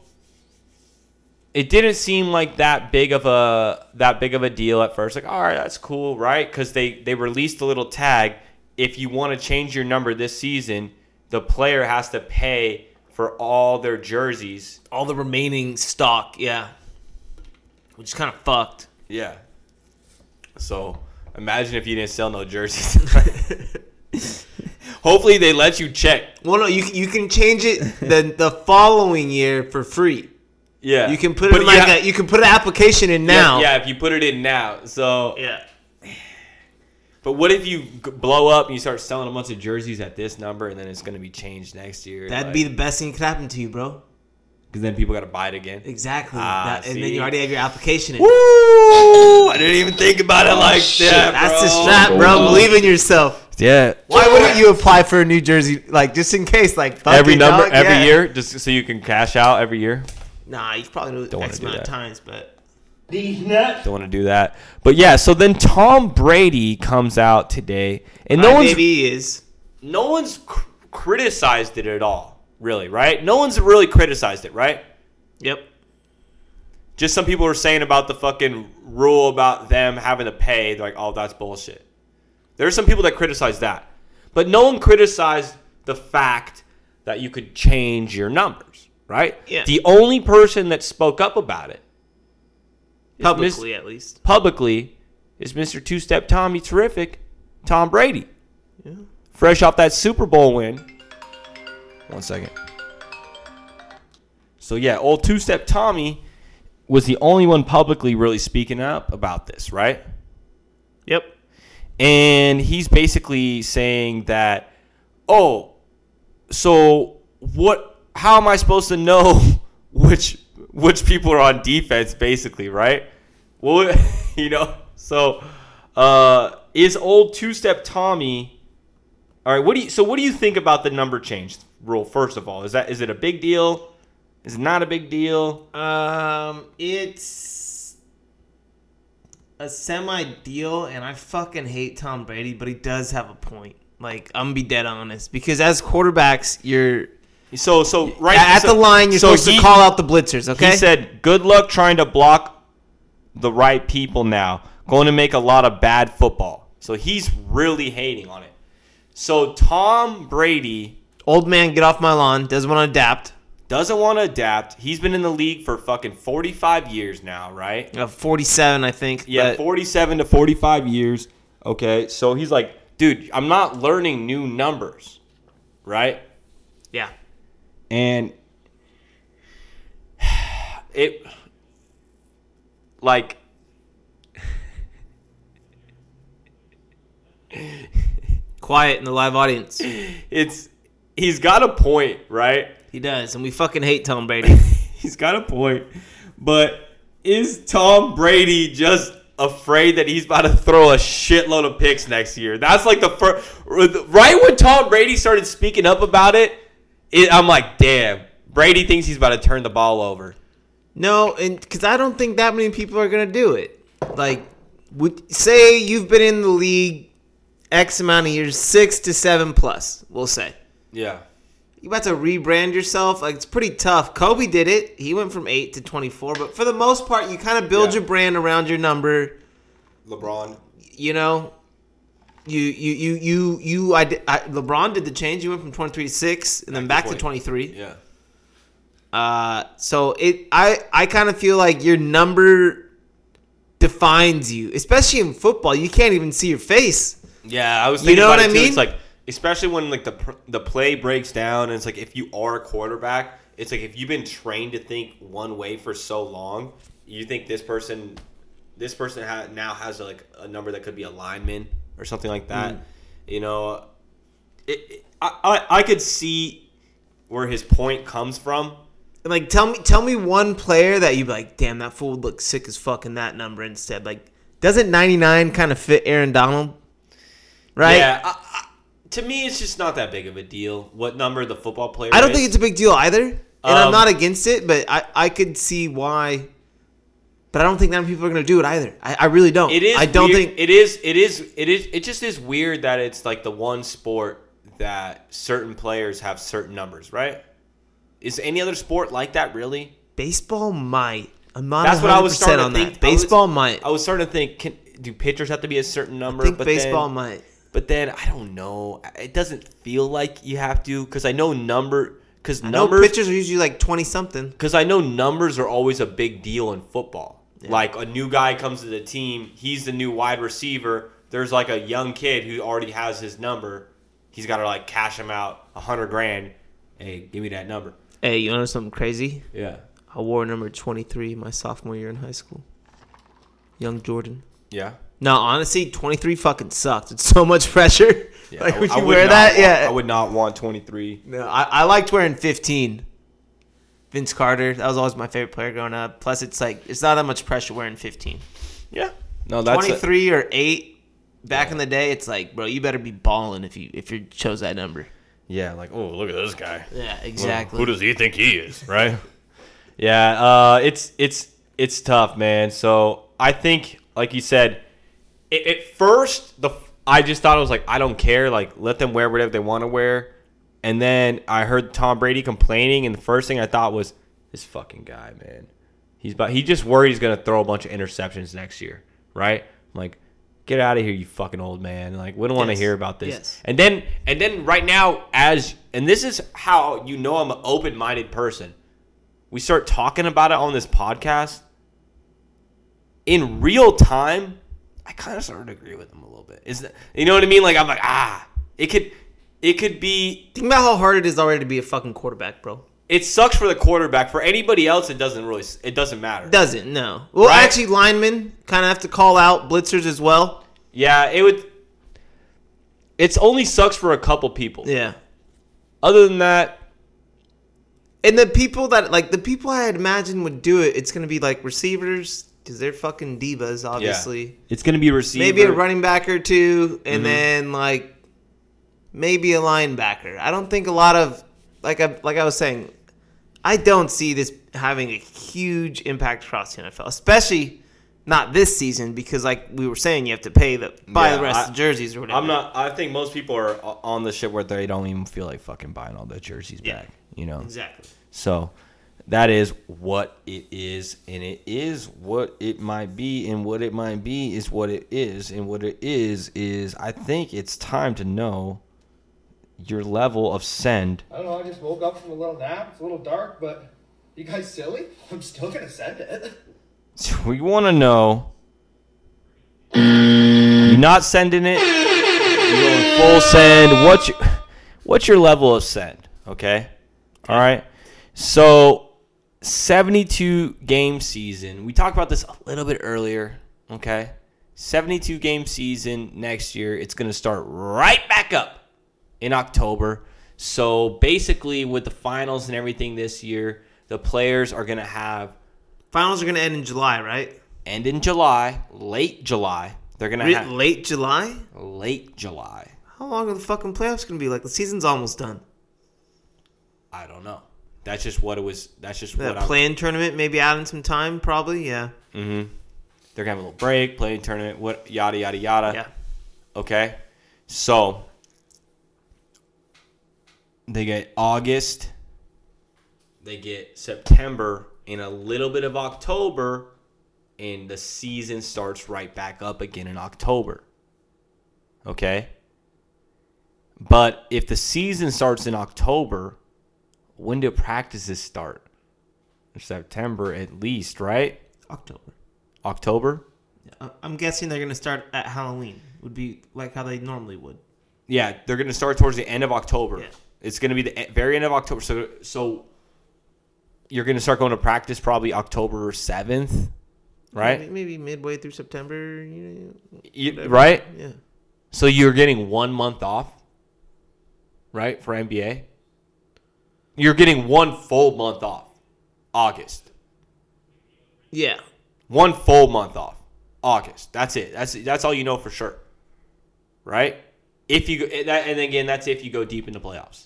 [SPEAKER 1] it didn't seem like that big of a that big of a deal at first. Like, all right, that's cool, right? Because they they released a little tag. If you want to change your number this season, the player has to pay for all their jerseys.
[SPEAKER 2] all the remaining stock, yeah. Which is kind of fucked.
[SPEAKER 1] Yeah. So imagine if you didn't sell no jerseys. Hopefully they let you check.
[SPEAKER 2] Well, no, you can- you can change it the the following year for free.
[SPEAKER 1] Yeah.
[SPEAKER 2] You can put
[SPEAKER 1] But
[SPEAKER 2] it in like
[SPEAKER 1] ha-
[SPEAKER 2] a, you can put an application in
[SPEAKER 1] yeah,
[SPEAKER 2] now.
[SPEAKER 1] Yeah, if you put it in now. So
[SPEAKER 2] yeah.
[SPEAKER 1] But what if you g- blow up and you start selling a bunch of jerseys at this number, and then it's going to be changed next year?
[SPEAKER 2] That'd be the best thing that could happen to you, bro.
[SPEAKER 1] because then people got to buy it again.
[SPEAKER 2] Exactly.
[SPEAKER 1] Ah,
[SPEAKER 2] That- and then
[SPEAKER 1] see?
[SPEAKER 2] you already have your application in.
[SPEAKER 1] Woo! I didn't even think about it like that.
[SPEAKER 2] Oh, That's the
[SPEAKER 1] bro.
[SPEAKER 2] strap, bro. Believe in yourself.
[SPEAKER 1] Yeah.
[SPEAKER 2] Why wouldn't you apply for a New Jersey like just in case like fuck
[SPEAKER 1] Every
[SPEAKER 2] it,
[SPEAKER 1] number,
[SPEAKER 2] dog,
[SPEAKER 1] every
[SPEAKER 2] yeah.
[SPEAKER 1] year, just so you can cash out every year.
[SPEAKER 2] Nah, you probably do it
[SPEAKER 1] Don't wanna
[SPEAKER 2] X
[SPEAKER 1] do
[SPEAKER 2] amount of
[SPEAKER 1] that.
[SPEAKER 2] times, but
[SPEAKER 1] Don't want to do that. But yeah, so then Tom Brady comes out today, and no
[SPEAKER 2] my
[SPEAKER 1] one's
[SPEAKER 2] baby is
[SPEAKER 1] no one's cr- criticized it at all, really, right? No one's really criticized it, right?
[SPEAKER 2] yep.
[SPEAKER 1] Just some people were saying about the fucking rule about them having to pay. They're like, oh, that's bullshit. There are some people that criticize that. But no one criticized the fact that you could change your numbers, right?
[SPEAKER 2] Yeah.
[SPEAKER 1] The only person that spoke up about it is Mis-
[SPEAKER 2] Publicly at least.
[SPEAKER 1] publicly is Mr. Two Step Tommy Terrific, Tom Brady. Fresh off that Super Bowl win. One second. So yeah, old two step Tommy was the only one publicly really speaking up about this, right?
[SPEAKER 2] Yep.
[SPEAKER 1] And he's basically saying that, oh, so what? How am I supposed to know which which people are on defense? Basically, right? Well, you know, so uh, is old two step Tommy? All right, what do you? So what do you think about the number change rule? First of all, is that is it a big deal? Is it not a big deal?
[SPEAKER 2] Um, it's a semi deal, and I fucking hate Tom Brady, but he does have a point. Like I'm gonna be dead honest, because as quarterbacks, you're
[SPEAKER 1] So so right
[SPEAKER 2] at
[SPEAKER 1] so-
[SPEAKER 2] the line. You're
[SPEAKER 1] so
[SPEAKER 2] supposed
[SPEAKER 1] he-
[SPEAKER 2] to call out the blitzers. Okay.
[SPEAKER 1] He said, "Good luck trying to block the right people now. Going to make a lot of bad football." So he's really hating on it. So Tom Brady
[SPEAKER 2] "Old man, get off my lawn." Doesn't want to adapt.
[SPEAKER 1] doesn't want to adapt. He's been in the league for fucking 45 years now, right?
[SPEAKER 2] Uh, 47, I think.
[SPEAKER 1] Yeah,
[SPEAKER 2] but-
[SPEAKER 1] 47 to 45 years. Okay. So he's like, "Dude, I'm not learning new numbers." Right?
[SPEAKER 2] yeah.
[SPEAKER 1] and it like
[SPEAKER 2] Quiet in the live audience.
[SPEAKER 1] it's he's got a point right
[SPEAKER 2] He does, and we fucking hate Tom Brady.
[SPEAKER 1] he's got a point but is tom brady just afraid that he's about to throw a shitload of picks next year that's like the first right when tom brady started speaking up about it, it i'm like damn brady thinks he's about to turn the ball over
[SPEAKER 2] No, and because I don't think that many people are gonna do it. Like, would say you've been in the league X amount of years, six to seven plus, we'll say.
[SPEAKER 1] yeah
[SPEAKER 2] You about to rebrand yourself? Like, it's pretty tough. Kobe did it. He went from eight to twenty-four, but for the most part, you kind of build
[SPEAKER 1] Yeah.
[SPEAKER 2] your brand around your number.
[SPEAKER 1] lebron
[SPEAKER 2] You know, you you you you you. I, di- I LeBron did the change. He went from twenty-three to six, and then
[SPEAKER 1] Back
[SPEAKER 2] back
[SPEAKER 1] to 20.
[SPEAKER 2] to twenty-three.
[SPEAKER 1] yeah
[SPEAKER 2] Uh, so it, I, I kind of feel like your number defines you, especially in football. You can't even see your face.
[SPEAKER 1] Yeah, I was thinking
[SPEAKER 2] know
[SPEAKER 1] about
[SPEAKER 2] what
[SPEAKER 1] it
[SPEAKER 2] I
[SPEAKER 1] too.
[SPEAKER 2] mean?
[SPEAKER 1] It's like especially when like the pr- the play breaks down and it's like if you are a quarterback, it's like if you've been trained to think one way for so long, you think this person this person ha- now has like a number that could be a lineman or something like
[SPEAKER 2] Mm.
[SPEAKER 1] that. You know, it, it- I, I I could see where his point comes from.
[SPEAKER 2] And like, tell me, tell me one player that you'd be like, damn, that fool would look sick as fuck in that number instead. Like, doesn't 99 kind of fit Aaron Donald? Right?
[SPEAKER 1] Yeah. I, I, to me, it's just not that big of a deal. What number the football player?
[SPEAKER 2] I don't
[SPEAKER 1] is.
[SPEAKER 2] think it's a big deal either. And I'm
[SPEAKER 1] Um,
[SPEAKER 2] not against it, but I, I could see why. But I don't think that many people are going to do it either. I, I really don't.
[SPEAKER 1] It is.
[SPEAKER 2] I don't
[SPEAKER 1] weird-
[SPEAKER 2] think.
[SPEAKER 1] it is. It is. It is. It just is weird that it's like the one sport that certain players have certain numbers, right? Is any other sport like that really?
[SPEAKER 2] baseball might. I'm not
[SPEAKER 1] That's what I was starting
[SPEAKER 2] on
[SPEAKER 1] to think.
[SPEAKER 2] that.
[SPEAKER 1] I was-
[SPEAKER 2] Baseball might.
[SPEAKER 1] I was starting to think: can, Do pitchers have to be a certain number?
[SPEAKER 2] I think baseball
[SPEAKER 1] then,
[SPEAKER 2] might.
[SPEAKER 1] But then I don't know. It doesn't feel like you have to because I know number because
[SPEAKER 2] No
[SPEAKER 1] numbers
[SPEAKER 2] pitchers are usually like twenty something.
[SPEAKER 1] because I know numbers are always a big deal in football. Like a new guy comes to the team, he's the new wide receiver. There's like a young kid who already has his number. He's got to like cash him out a hundred grand. Hey, give me that number.
[SPEAKER 2] Hey, you know something crazy?
[SPEAKER 1] Yeah,
[SPEAKER 2] I wore number twenty three my sophomore year in high school. Young Jordan.
[SPEAKER 1] yeah.
[SPEAKER 2] No, honestly, twenty three fucking sucked. It's so much pressure. like would you wear
[SPEAKER 1] not
[SPEAKER 2] that?
[SPEAKER 1] want-
[SPEAKER 2] yeah.
[SPEAKER 1] I would not want 23.
[SPEAKER 2] No, I, I liked wearing fifteen. Vince Carter, that was always my favorite player growing up. Plus, it's like it's not that much pressure wearing fifteen.
[SPEAKER 1] Yeah, no, that's
[SPEAKER 2] Twenty
[SPEAKER 1] a-
[SPEAKER 2] three or eight. Back in the day, it's like, bro, you better be balling if you if you chose that number.
[SPEAKER 1] yeah. Like, oh, look at this guy.
[SPEAKER 2] Yeah, exactly.
[SPEAKER 1] does he think he is, right? yeah, uh, it's it's it's tough, man. So I think, like you said, it, at first the I just thought it was like I don't care, like let them wear whatever they want to wear. And then I heard Tom Brady complaining, and the first thing I thought was this fucking guy, man. He's about he just worried he's gonna throw a bunch of interceptions next year, right? I'm like, get out of here, you fucking old man. Like we don't want to
[SPEAKER 2] Yes.
[SPEAKER 1] hear about this.
[SPEAKER 2] Yes.
[SPEAKER 1] And then and then right now, as and this is how you know I'm an open minded person. We start talking about it on this podcast. In real time, I kind of started to agree with him a little bit. Is that you know what I mean? Like I'm like ah, It could it could be
[SPEAKER 2] Think about how hard it is already to be a fucking quarterback, bro.
[SPEAKER 1] it sucks for the quarterback. For anybody else it doesn't really s- it doesn't matter.
[SPEAKER 2] Doesn't no. Well,
[SPEAKER 1] Right.
[SPEAKER 2] actually, linemen kind of have to call out blitzers as well.
[SPEAKER 1] Yeah, it would it's only sucks for a couple people.
[SPEAKER 2] Yeah.
[SPEAKER 1] Other than that,
[SPEAKER 2] And the people that like the people I had imagined would do it, it's gonna be like receivers because they're fucking divas,
[SPEAKER 1] yeah.
[SPEAKER 2] obviously.
[SPEAKER 1] It's gonna be receiver.
[SPEAKER 2] Maybe a running back or two,
[SPEAKER 1] Mm-hmm.
[SPEAKER 2] and then like maybe a linebacker. I don't think a lot of like I like I was saying, I don't see this having a huge impact across the NFL, especially not this season because like we were saying, you have to pay the buy
[SPEAKER 1] Yeah,
[SPEAKER 2] the rest
[SPEAKER 1] I-
[SPEAKER 2] of the jerseys or whatever.
[SPEAKER 1] I'm not I think most people are o- on the shit where they don't even feel like fucking buying all their jerseys
[SPEAKER 2] Yeah.
[SPEAKER 1] back. You know?
[SPEAKER 2] exactly.
[SPEAKER 1] So that is what it is, and it is what it might be, and what it might be is what it is, and what it is is I think it's time to know your level of send.
[SPEAKER 4] I don't know. I just woke up from a little nap. It's a little dark, but you guys silly? I'm still gonna send it.
[SPEAKER 1] So we want to know. You're not sending it. You're going full send. What's your, what's your level of send? Okay. All right. So, 72 game season. We talked about this a little bit earlier. Okay. 72 game season next year. It's going to start right back up in October. So, basically, with the finals and everything this year, the players are going to have
[SPEAKER 2] Finals are gonna end in July, right?
[SPEAKER 1] end in July, late July. They're gonna
[SPEAKER 2] Re-
[SPEAKER 1] have
[SPEAKER 2] late July.
[SPEAKER 1] late July.
[SPEAKER 2] How long are the fucking playoffs gonna be? Like the season's almost done.
[SPEAKER 1] I don't know. That's just what it was. That's just
[SPEAKER 2] That
[SPEAKER 1] what I'm.
[SPEAKER 2] playing tournament, maybe adding some time, probably. Yeah,
[SPEAKER 1] They're gonna have a little break, playing tournament, what yada yada yada.
[SPEAKER 2] yeah.
[SPEAKER 1] Okay, so they get August, they get September, and a little bit of October, and the season starts right back up again in October. Okay. But if the season starts in October, when do practices start? September at least, right?
[SPEAKER 2] October.
[SPEAKER 1] October?
[SPEAKER 2] I- Uh, I'm guessing they're gonna start at Halloween. Would be like how they normally would.
[SPEAKER 1] Yeah, they're going to start towards the end of October.
[SPEAKER 2] Yeah.
[SPEAKER 1] It's going to be the e- very end of October. So, so you're going to start going to practice probably October seventh, right?
[SPEAKER 2] Maybe, maybe midway through September. You know,
[SPEAKER 1] You- right.
[SPEAKER 2] yeah.
[SPEAKER 1] So you're getting one month off, right, for NBA. You're getting one full month off, August.
[SPEAKER 2] Yeah.
[SPEAKER 1] One full month off, August. That's it. That's that's all you know for sure, right? If you go, and that, and again, that's if you go deep into playoffs,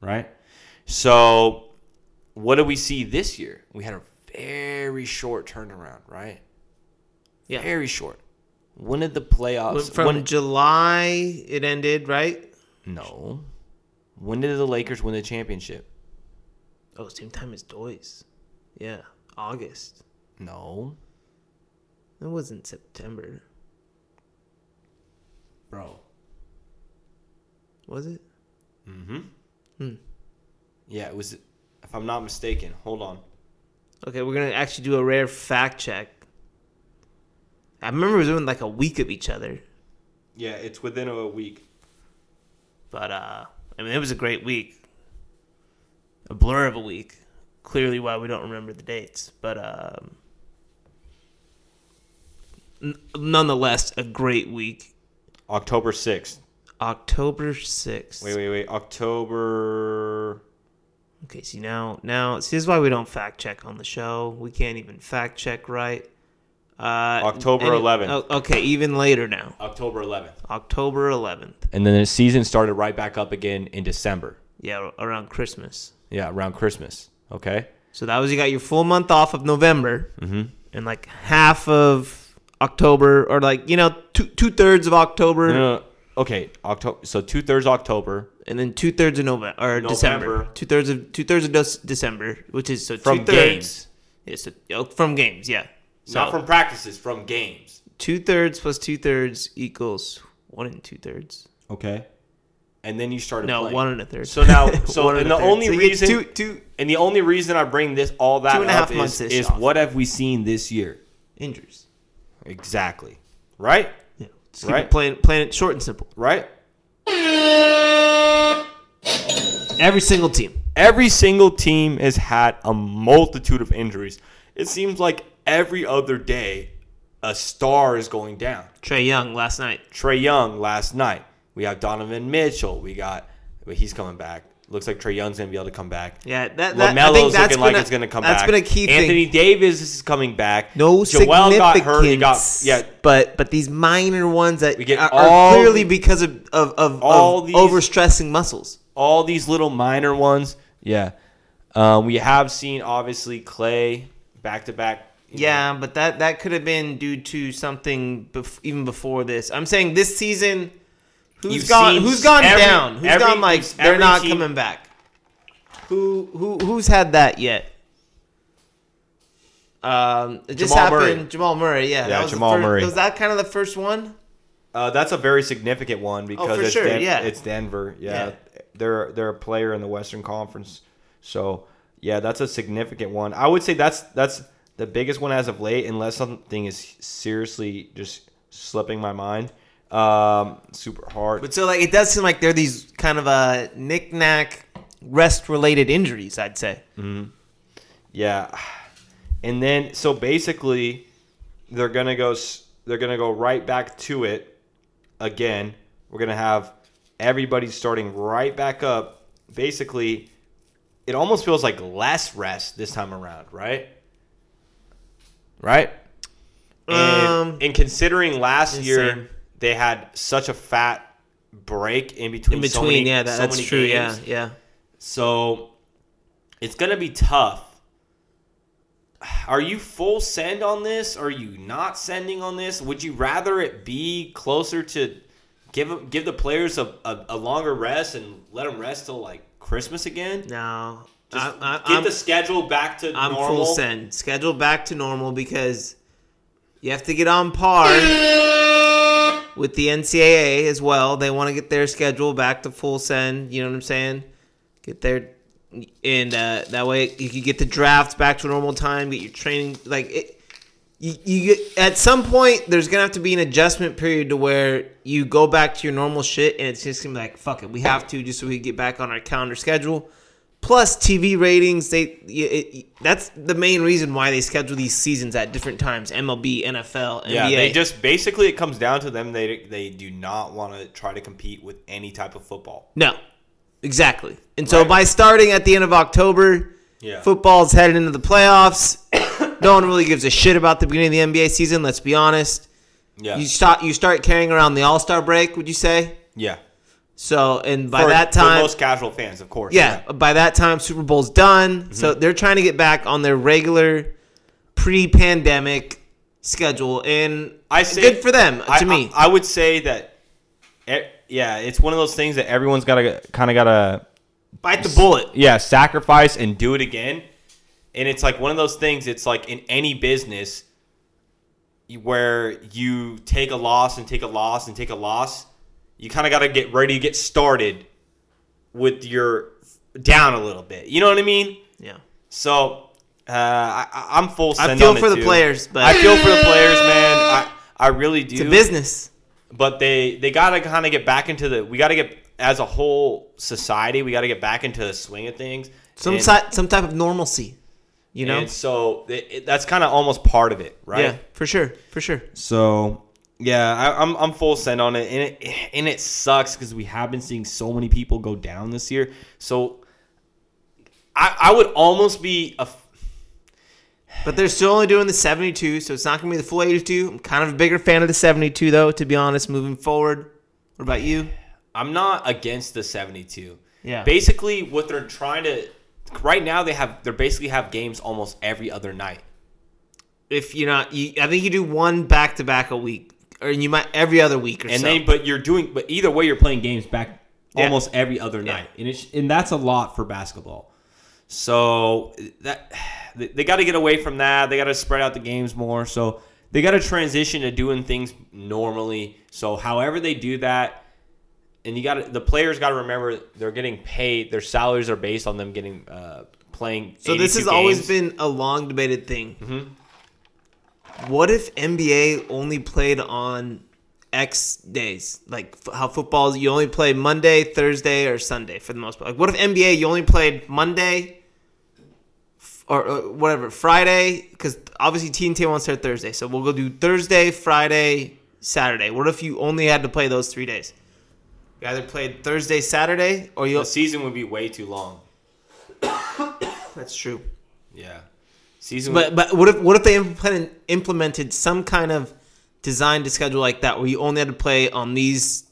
[SPEAKER 1] right? So, what do we see this year? We had a very short turnaround, right?
[SPEAKER 2] Yeah.
[SPEAKER 1] Very short. When did the
[SPEAKER 2] Went
[SPEAKER 1] playoffs?
[SPEAKER 2] from
[SPEAKER 1] Uh, when-
[SPEAKER 2] July, it ended right.
[SPEAKER 1] no. When did the Lakers win the championship?
[SPEAKER 2] Oh, same time as Doys. Yeah, August.
[SPEAKER 1] No,
[SPEAKER 2] That wasn't September,
[SPEAKER 1] bro.
[SPEAKER 2] was it?
[SPEAKER 1] Yeah, it was. If I'm not mistaken, hold on.
[SPEAKER 2] Okay, we're gonna actually do a rare fact check. I remember it was within like a week of each other,
[SPEAKER 1] Yeah, it's within a week.
[SPEAKER 2] but uh, I mean it was a great week, a blur of a week. Clearly, why we don't remember the dates, but um, n- nonetheless, a great week.
[SPEAKER 1] October sixth.
[SPEAKER 2] October sixth.
[SPEAKER 1] Wait, wait, wait. October.
[SPEAKER 2] Okay, see now, now see, this is why we don't fact check on the show. We can't even fact check right. Uh,
[SPEAKER 1] October 11th.
[SPEAKER 2] oh, okay, even later now.
[SPEAKER 1] October 11th.
[SPEAKER 2] October eleventh.
[SPEAKER 1] And then the season started right back up again in December.
[SPEAKER 2] Yeah, around Christmas.
[SPEAKER 1] Yeah, around Christmas. Okay.
[SPEAKER 2] So that was you got your full month off of November,
[SPEAKER 1] Mm-hmm.
[SPEAKER 2] and like half of October, or like you know two two thirds of October,
[SPEAKER 1] No, no, no. Okay. October. So two thirds October
[SPEAKER 2] and then two thirds of November or December.
[SPEAKER 1] November.
[SPEAKER 2] Two thirds of two thirds of des- December, which is so
[SPEAKER 1] from
[SPEAKER 2] two-thirds-
[SPEAKER 1] games,
[SPEAKER 2] Yeah, so, oh, from games, yeah. So
[SPEAKER 1] not from practices, from games.
[SPEAKER 2] two thirds plus two thirds equals one and two thirds.
[SPEAKER 1] Okay. And then you started.
[SPEAKER 2] No,
[SPEAKER 1] playing.
[SPEAKER 2] one and a third.
[SPEAKER 1] So now, so
[SPEAKER 2] One
[SPEAKER 1] and
[SPEAKER 2] a
[SPEAKER 1] the
[SPEAKER 2] third.
[SPEAKER 1] only
[SPEAKER 2] So you get
[SPEAKER 1] reason,
[SPEAKER 2] two, two
[SPEAKER 1] and the only reason I bring this all that
[SPEAKER 2] Two and a
[SPEAKER 1] up
[SPEAKER 2] half months
[SPEAKER 1] is,
[SPEAKER 2] this
[SPEAKER 1] is
[SPEAKER 2] off.
[SPEAKER 1] what have we seen this year?
[SPEAKER 2] injuries.
[SPEAKER 1] Exactly. Right.
[SPEAKER 2] Yeah, just keep
[SPEAKER 1] Right.
[SPEAKER 2] it plain, plain, short and simple.
[SPEAKER 1] Right.
[SPEAKER 2] Every single team.
[SPEAKER 1] Every single team has had a multitude of injuries. It seems like every other day a star is going down.
[SPEAKER 2] Trey Young last night.
[SPEAKER 1] Trey Young last night. We have Donovan Mitchell. We got, but he's coming back. Looks like Trey Young's gonna be able to come back.
[SPEAKER 2] Yeah, that, that I think
[SPEAKER 1] Lamelo's looking
[SPEAKER 2] that's been
[SPEAKER 1] like
[SPEAKER 2] a,
[SPEAKER 1] it's gonna come
[SPEAKER 2] That's
[SPEAKER 1] back.
[SPEAKER 2] been a key
[SPEAKER 1] Anthony
[SPEAKER 2] thing.
[SPEAKER 1] Davis is coming back.
[SPEAKER 2] No
[SPEAKER 1] Joel
[SPEAKER 2] significance.
[SPEAKER 1] got hurt. He got yeah.
[SPEAKER 2] but but these minor ones that
[SPEAKER 1] We get
[SPEAKER 2] are,
[SPEAKER 1] all-
[SPEAKER 2] are clearly because of of, of,
[SPEAKER 1] all
[SPEAKER 2] of
[SPEAKER 1] these-
[SPEAKER 2] overstressing muscles.
[SPEAKER 1] All these little minor ones. Yeah. Um, we have seen obviously Clay back to back.
[SPEAKER 2] Yeah, but that that could have been due to something bef- even before this. I'm saying this season, who's
[SPEAKER 1] You've
[SPEAKER 2] gone?
[SPEAKER 1] seen
[SPEAKER 2] Who's gone
[SPEAKER 1] every-
[SPEAKER 2] down? Who's
[SPEAKER 1] every-
[SPEAKER 2] gone like
[SPEAKER 1] you've-
[SPEAKER 2] they're
[SPEAKER 1] every
[SPEAKER 2] not
[SPEAKER 1] team-
[SPEAKER 2] coming back? Who who who's had that yet? Um, it just
[SPEAKER 1] Jamal
[SPEAKER 2] happened.
[SPEAKER 1] Murray.
[SPEAKER 2] Jamal Murray. Yeah,
[SPEAKER 1] Yeah,
[SPEAKER 2] that was the
[SPEAKER 1] Jamal
[SPEAKER 2] first-
[SPEAKER 1] Murray.
[SPEAKER 2] Was that kind of the first one?
[SPEAKER 1] Uh, that's a very significant one because
[SPEAKER 2] Oh, for
[SPEAKER 1] it's,
[SPEAKER 2] sure,
[SPEAKER 1] Den-
[SPEAKER 2] yeah.
[SPEAKER 1] it's Denver. Yeah.
[SPEAKER 2] Yeah.
[SPEAKER 1] They're they're a player in the Western Conference. So yeah, that's a significant one. I would say that's that's the biggest one as of late, unless something is seriously just slipping my mind. Um, super hard.
[SPEAKER 2] But so like it does seem like they're these kind of uh knick-knack rest related injuries, I'd say.
[SPEAKER 1] Mm-hmm. Yeah. And then so basically they're going to go s- they're going to go right back to it again. We're going to have everybody starting right back up. Basically, it almost feels like less rest this time around, right? Right? And,
[SPEAKER 2] Um,
[SPEAKER 1] and considering last
[SPEAKER 2] insane.
[SPEAKER 1] year they had such a fat break in between
[SPEAKER 2] In between,
[SPEAKER 1] so many,
[SPEAKER 2] yeah, that,
[SPEAKER 1] so
[SPEAKER 2] that's
[SPEAKER 1] many
[SPEAKER 2] true.
[SPEAKER 1] games.
[SPEAKER 2] Yeah, yeah.
[SPEAKER 1] So it's gonna be tough. Are you full send on this? Are you not sending on this? Would you rather it be closer to give give the players a, a, a longer rest and let them rest till like Christmas again?
[SPEAKER 2] No,
[SPEAKER 1] Just
[SPEAKER 2] I, I,
[SPEAKER 1] get
[SPEAKER 2] I'm,
[SPEAKER 1] the schedule back to
[SPEAKER 2] I'm
[SPEAKER 1] normal.
[SPEAKER 2] full send. Schedule back to normal because you have to get on par with the NCAA as well. They want to get their schedule back to full send. You know what I'm saying? Get their and uh, that way you can get the drafts back to normal time. Get your training like it. You, you get, at some point there's gonna have to be an adjustment period to where you go back to your normal shit and it's just gonna be like fuck it we have to just so we can get back on our calendar schedule plus TV ratings. They y- it, y- that's the main reason why they schedule these seasons at different times. MLB, NFL, NBA.
[SPEAKER 1] Yeah, they just basically it comes down to them. They they do not want to try to compete with any type of football.
[SPEAKER 2] no, exactly. And so
[SPEAKER 1] Right.
[SPEAKER 2] by starting at the end of October,
[SPEAKER 1] Yeah.
[SPEAKER 2] football's headed into the playoffs. no one really gives a shit about the beginning of the NBA season. Let's be honest.
[SPEAKER 1] Yeah,
[SPEAKER 2] You start you start carrying around the All Star break. Would you say?
[SPEAKER 1] yeah.
[SPEAKER 2] So and by
[SPEAKER 1] For-
[SPEAKER 2] that
[SPEAKER 1] for
[SPEAKER 2] time,
[SPEAKER 1] most casual fans, of course.
[SPEAKER 2] yeah, by that time Super Bowl's done.
[SPEAKER 1] Mm-hmm.
[SPEAKER 2] So they're trying to get back on their regular pre-pandemic schedule and
[SPEAKER 1] I say
[SPEAKER 2] good for them to
[SPEAKER 1] I-
[SPEAKER 2] me.
[SPEAKER 1] I, I would say that, e- yeah, it's one of those things that everyone's gotta kind of gotta
[SPEAKER 2] Bite the bullet.
[SPEAKER 1] yeah sacrifice and do it again, and it's like one of those things. It's like in any business where you take a loss and take a loss and take a loss, you kind of gotta get ready to get started with your down a little bit. You know what I mean?
[SPEAKER 2] Yeah.
[SPEAKER 1] So uh, I, I- I'm full.
[SPEAKER 2] I
[SPEAKER 1] send
[SPEAKER 2] feel
[SPEAKER 1] on it
[SPEAKER 2] for the
[SPEAKER 1] too.
[SPEAKER 2] players, but
[SPEAKER 1] I feel for the players, man. I, I really do.
[SPEAKER 2] it's a business.
[SPEAKER 1] but they they gotta kind of get back into the we gotta get as a whole society we gotta get back into the swing of things
[SPEAKER 2] Some
[SPEAKER 1] and,
[SPEAKER 2] si- some type of normalcy, you know?
[SPEAKER 1] and so it, it- that's kind of almost part of it right
[SPEAKER 2] Yeah, for sure. For sure.
[SPEAKER 1] so yeah I, I'm, I'm full send on it and it and it sucks because we have been seeing so many people go down this year so i i would almost be a
[SPEAKER 2] But they're still only doing the 72, so it's not going to be the full 82. I'm kind of a bigger fan of the 72 though, to be honest, moving forward. What about you?
[SPEAKER 1] i'm not against the 72
[SPEAKER 2] Yeah.
[SPEAKER 1] basically what they're trying to right now they have they basically have games almost every other night
[SPEAKER 2] if you're not you, i think you do one back to back a week or you might every other week or
[SPEAKER 1] and
[SPEAKER 2] so
[SPEAKER 1] then but you're doing but either way you're playing games back
[SPEAKER 2] Yeah.
[SPEAKER 1] almost every other night and it's and that's a lot for basketball so that they, they got to get away from that they got to spread out the games more so they got to transition to doing things normally so however they do that and you got to the players got to remember they're getting paid their salaries are based on them getting uh playing
[SPEAKER 2] so this
[SPEAKER 1] 82
[SPEAKER 2] has always
[SPEAKER 1] games.
[SPEAKER 2] been a long Mm-hmm. debated thing what if nba only played on X days. Like f- how football, you only play Monday, Thursday, or Sunday for the most part. Like, what if NBA, you only played Monday f- or, or whatever, Friday? Because obviously TNT wants their Thursday. So we'll go do Thursday, Friday, Saturday. What if you only had to play those three days? You either played Thursday, Saturday, or you'll.
[SPEAKER 1] The season would be way too long.
[SPEAKER 2] That's true.
[SPEAKER 1] Yeah. Season would-
[SPEAKER 2] But but what if what if they implemented implemented some kind of design to schedule like that where you only had to play on these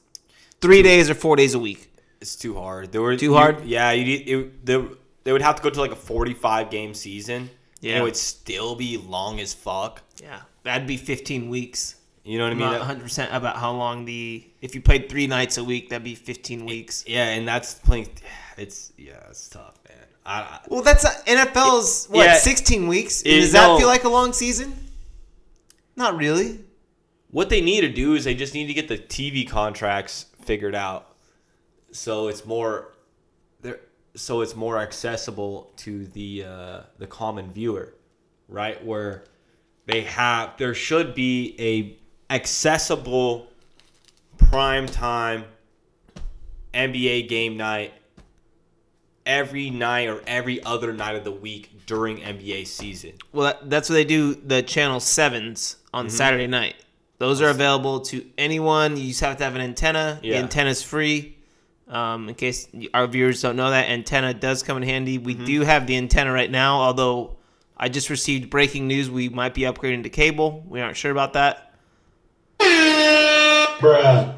[SPEAKER 2] three days or four days a week?
[SPEAKER 1] it's too hard. There were
[SPEAKER 2] Too
[SPEAKER 1] you-
[SPEAKER 2] hard?
[SPEAKER 1] Yeah, you need- it, there, they would have to go to like a 45 game season. Yeah. And
[SPEAKER 2] Yeah.
[SPEAKER 1] it would still be long as fuck.
[SPEAKER 2] Yeah, that'd be fifteen weeks.
[SPEAKER 1] You know what I
[SPEAKER 2] I'm
[SPEAKER 1] mean?
[SPEAKER 2] not 100 percent about how long the if you played three nights a week, that'd be fifteen weeks.
[SPEAKER 1] yeah, and that's playing. It's yeah, it's tough, man. I, I,
[SPEAKER 2] Well, that's uh, NFL's what
[SPEAKER 1] yeah.
[SPEAKER 2] sixteen weeks.
[SPEAKER 1] It-
[SPEAKER 2] Does that
[SPEAKER 1] no.
[SPEAKER 2] feel like a long season? Not really.
[SPEAKER 1] what they need to do is they just need to get the TV contracts figured out, so it's more, there, so it's more accessible to the uh, the common viewer, right? Where they have there should be a accessible prime time NBA game night every night or every other night of the week during NBA season.
[SPEAKER 2] Well, that, that's what they do. The channel sevens on Saturday night. Those are available to anyone. You just have to have an antenna. The
[SPEAKER 1] Yeah.
[SPEAKER 2] antenna's free. Um, in case our viewers don't know that, antenna does come in handy. We do have the antenna right now, although I just received breaking news. We might be upgrading to cable. We aren't sure about that.
[SPEAKER 3] Bruh.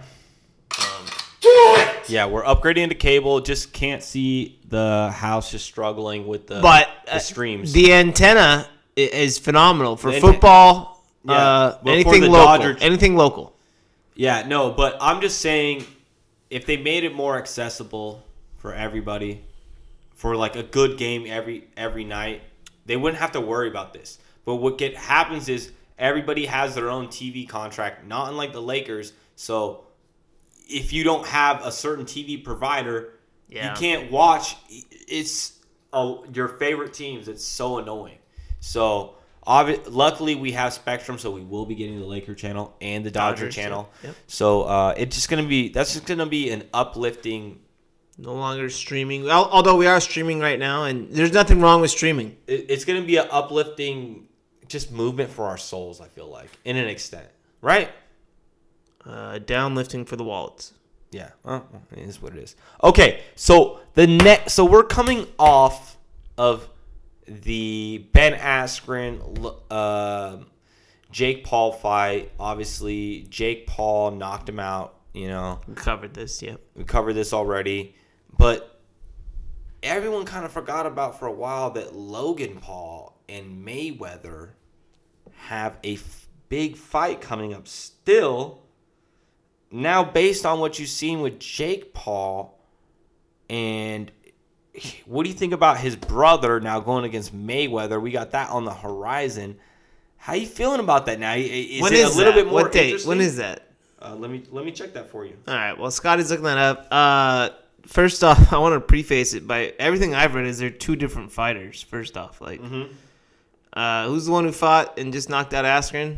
[SPEAKER 1] Yeah, we're upgrading to cable. Just can't see the house is struggling with the
[SPEAKER 2] But
[SPEAKER 1] the
[SPEAKER 2] uh,
[SPEAKER 1] streams.
[SPEAKER 2] the antenna i- is phenomenal for
[SPEAKER 1] The anten-
[SPEAKER 2] football.
[SPEAKER 1] Yeah,
[SPEAKER 2] Uh,
[SPEAKER 1] but for
[SPEAKER 2] anything
[SPEAKER 1] the
[SPEAKER 2] local.
[SPEAKER 1] Dodger-
[SPEAKER 2] Anything local.
[SPEAKER 1] yeah, no, but I'm just saying, if they made it more accessible for everybody, for like a good game every every night, they wouldn't have to worry about this. But what get happens is everybody has their own TV contract, not unlike the Lakers. So if you don't have a certain TV provider,
[SPEAKER 2] Yeah.
[SPEAKER 1] you can't watch. It's uh, your favorite teams. It's so annoying. So obvi- luckily we have Spectrum, so we will be getting the Laker channel and the Dodger
[SPEAKER 2] Dodgers,
[SPEAKER 1] channel.
[SPEAKER 2] yeah. Yep.
[SPEAKER 1] So uh, it's just gonna be that's just gonna be an uplifting.
[SPEAKER 2] No longer streaming. Al- Although we are streaming right now, and there's nothing wrong with streaming.
[SPEAKER 1] it- It's gonna be an uplifting just movement for our souls. I feel like in an extent, right?
[SPEAKER 2] Uh, downlifting for the wallets.
[SPEAKER 1] Yeah, well, it is what it is. Okay, so the next, so we're coming off of the Ben Askren, uh, Jake Paul fight. Obviously, Jake Paul knocked him out. You know,
[SPEAKER 2] We covered this. Yep.
[SPEAKER 1] we covered this already, but everyone kind of forgot about for a while that Logan Paul and Mayweather have a f- big fight coming up still. Now, based on what you've seen with Jake Paul, and what do you think about his brother now going against Mayweather? We got that on the horizon. How you feeling about that now? I- Is
[SPEAKER 2] When
[SPEAKER 1] it
[SPEAKER 2] is
[SPEAKER 1] a little
[SPEAKER 2] that?
[SPEAKER 1] bit more
[SPEAKER 2] What date?
[SPEAKER 1] interesting?
[SPEAKER 2] When is that?
[SPEAKER 1] Uh, let me let me check that for you.
[SPEAKER 2] All right. Well, Scotty's looking that up. Uh, first off, I want to preface it by everything I've read is they're two different fighters. First off, like,
[SPEAKER 1] Mm-hmm.
[SPEAKER 2] uh, who's the one who fought and just knocked out Askren?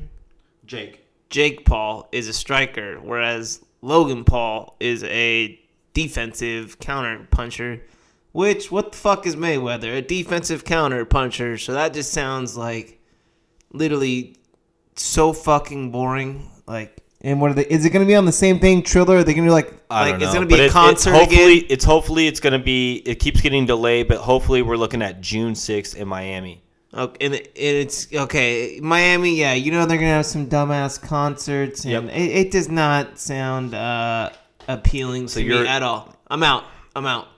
[SPEAKER 1] Jake.
[SPEAKER 2] Jake Paul is a striker, whereas Logan Paul is a defensive counter puncher. Which what the fuck is Mayweather? A defensive counter puncher. So that just sounds like literally so fucking boring. Like, and what are they? Is it gonna be on the same thing? Triller? Are they gonna be like,
[SPEAKER 1] I
[SPEAKER 2] like
[SPEAKER 1] don't
[SPEAKER 2] it's
[SPEAKER 1] know,
[SPEAKER 2] gonna be
[SPEAKER 1] but
[SPEAKER 2] a
[SPEAKER 1] it- it-
[SPEAKER 2] concert
[SPEAKER 1] hopefully,
[SPEAKER 2] again?
[SPEAKER 1] it's hopefully it's gonna be. It keeps getting delayed, but hopefully we're looking at June sixth in Miami.
[SPEAKER 2] Okay, and, it- and it's okay. Miami, yeah, you know they're gonna have some dumbass concerts, and
[SPEAKER 1] Yep.
[SPEAKER 2] it, it does not sound uh, appealing to me
[SPEAKER 1] you're-
[SPEAKER 2] at all. I'm out. I'm out.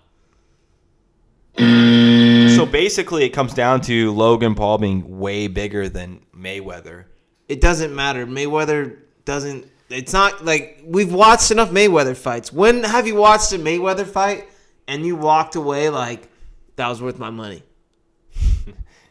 [SPEAKER 1] So basically, it comes down to Logan Paul being way bigger than Mayweather.
[SPEAKER 2] It doesn't matter. Mayweather doesn't. It's not like we've watched enough Mayweather fights. When have you watched a Mayweather fight and you walked away like that was worth my money?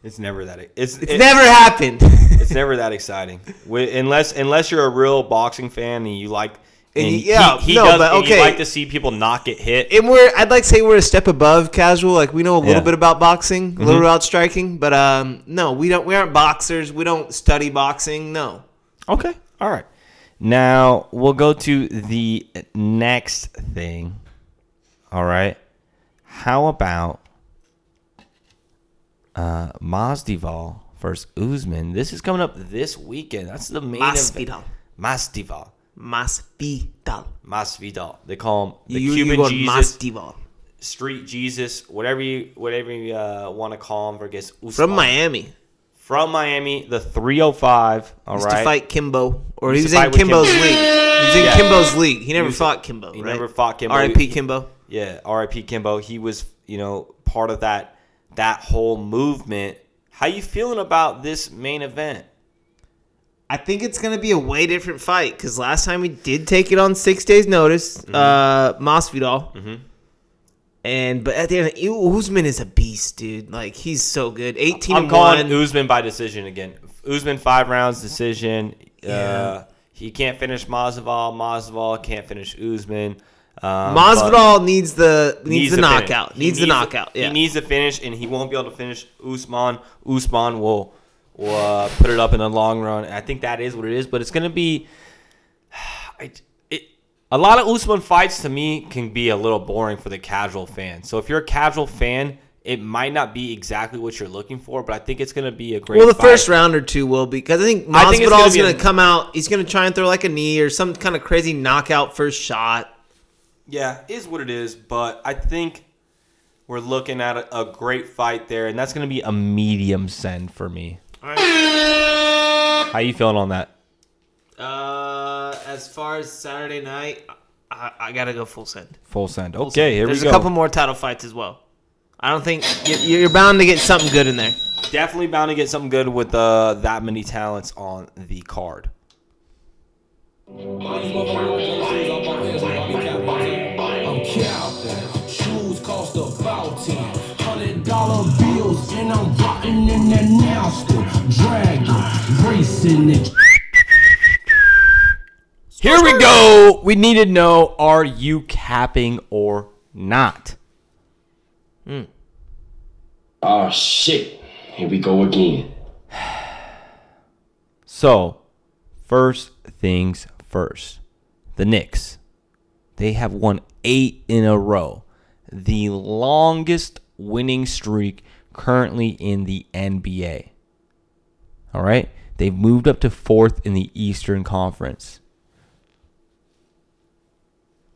[SPEAKER 1] It's never that. e, It's
[SPEAKER 2] It's
[SPEAKER 1] it-
[SPEAKER 2] never happened.
[SPEAKER 1] It's never that exciting, Wi- unless unless you're a real boxing fan and you like. And
[SPEAKER 2] you-
[SPEAKER 1] he-
[SPEAKER 2] yeah,
[SPEAKER 1] he,
[SPEAKER 2] no,
[SPEAKER 1] does,
[SPEAKER 2] but
[SPEAKER 1] and you
[SPEAKER 2] okay.
[SPEAKER 1] like to see people not get hit.
[SPEAKER 2] and we're I'd like to say we're a step above casual. Like we know a little
[SPEAKER 1] Yeah. Mm-hmm.
[SPEAKER 2] bit about boxing, a little about striking, but um, no, we don't. We aren't boxers. We don't study boxing. No.
[SPEAKER 1] Okay. All right. Now we'll go to the next thing. All right. How about uh, Masvidal versus Usman? This is coming up this weekend. That's the main event.
[SPEAKER 2] Masvidal.
[SPEAKER 1] Masvidal.
[SPEAKER 2] Masvidal.
[SPEAKER 1] Masvidal. They call him the
[SPEAKER 2] You, you
[SPEAKER 1] Cuban
[SPEAKER 2] go
[SPEAKER 1] Jesus,
[SPEAKER 2] Masvidal.
[SPEAKER 1] Street Jesus, whatever you whatever you uh, want to call him. Versus Usman.
[SPEAKER 2] From Miami.
[SPEAKER 1] From Miami, the 305. All
[SPEAKER 2] Used
[SPEAKER 1] right.
[SPEAKER 2] to fight Kimbo. Or he
[SPEAKER 1] Used
[SPEAKER 2] was
[SPEAKER 1] to
[SPEAKER 2] in
[SPEAKER 1] fight with
[SPEAKER 2] Kimbo's
[SPEAKER 1] Kimbo.
[SPEAKER 2] league. He was in
[SPEAKER 1] Yeah.
[SPEAKER 2] Kimbo's league. He never
[SPEAKER 1] Used to-
[SPEAKER 2] fought Kimbo.
[SPEAKER 1] he
[SPEAKER 2] right?
[SPEAKER 1] never fought Kimbo.
[SPEAKER 2] R.I.P.
[SPEAKER 1] He-
[SPEAKER 2] Kimbo.
[SPEAKER 1] Yeah, R.I.P. Kimbo. He was, you know, part of that that whole movement. How you feeling about this main event?
[SPEAKER 2] I think it's gonna be a way different fight because last time we did take it on six days' notice,
[SPEAKER 1] Mm-hmm.
[SPEAKER 2] uh, Masvidal, and but at the end, U- Usman is a beast, dude. Like he's so good. 18
[SPEAKER 1] I'm
[SPEAKER 2] and
[SPEAKER 1] calling
[SPEAKER 2] one.
[SPEAKER 1] Usman by decision again. Usman five rounds decision.
[SPEAKER 2] Yeah.
[SPEAKER 1] Uh, he can't finish Masvidal. Masvidal can't finish Usman. Um, but
[SPEAKER 2] Masvidal needs the needs, the
[SPEAKER 1] a finish.
[SPEAKER 2] knockout. Needs,
[SPEAKER 1] He
[SPEAKER 2] the
[SPEAKER 1] a-
[SPEAKER 2] knockout. yeah.
[SPEAKER 1] He needs to finish, and he won't be able to finish Usman. Usman will will uh, put it up in the long run. I think that is what it is. But it's gonna be. I, it, a lot of Usman fights to me can be a little boring for the casual fan. So if you're a casual fan, it might not be exactly what you're looking for, but I think it's going to be a great.
[SPEAKER 2] well, the
[SPEAKER 1] fight.
[SPEAKER 2] first round or two will be because I think
[SPEAKER 1] I think it's gonna
[SPEAKER 2] Masvidal's
[SPEAKER 1] be a-
[SPEAKER 2] gonna, come out. He's gonna try and throw like a knee or some kind of crazy knockout first shot.
[SPEAKER 1] yeah, is what it is. But I think we're looking at a, a great fight there, and that's going to be a medium send for me. How you feeling on that?
[SPEAKER 2] Uh, as far as Saturday night, I, I gotta go full send.
[SPEAKER 1] Full send. Okay, here
[SPEAKER 2] There's
[SPEAKER 1] we go.
[SPEAKER 2] a couple more title fights as well. I don't think you- you're bound to get something good in there.
[SPEAKER 1] Definitely bound to get something good with uh, that many talents on the card.
[SPEAKER 5] I'm counting. Shoes cost about ten. Hundred dollar bills, and I'm rotting in that now still. Dragging, racing it.
[SPEAKER 1] Here we go. We need to know: Are you capping or not?
[SPEAKER 6] Oh shit. Here we go again.
[SPEAKER 1] So, first things first. The Knicks. They have won eight in a row. The longest winning streak currently in the NBA. All right. They've moved up to fourth in the Eastern Conference.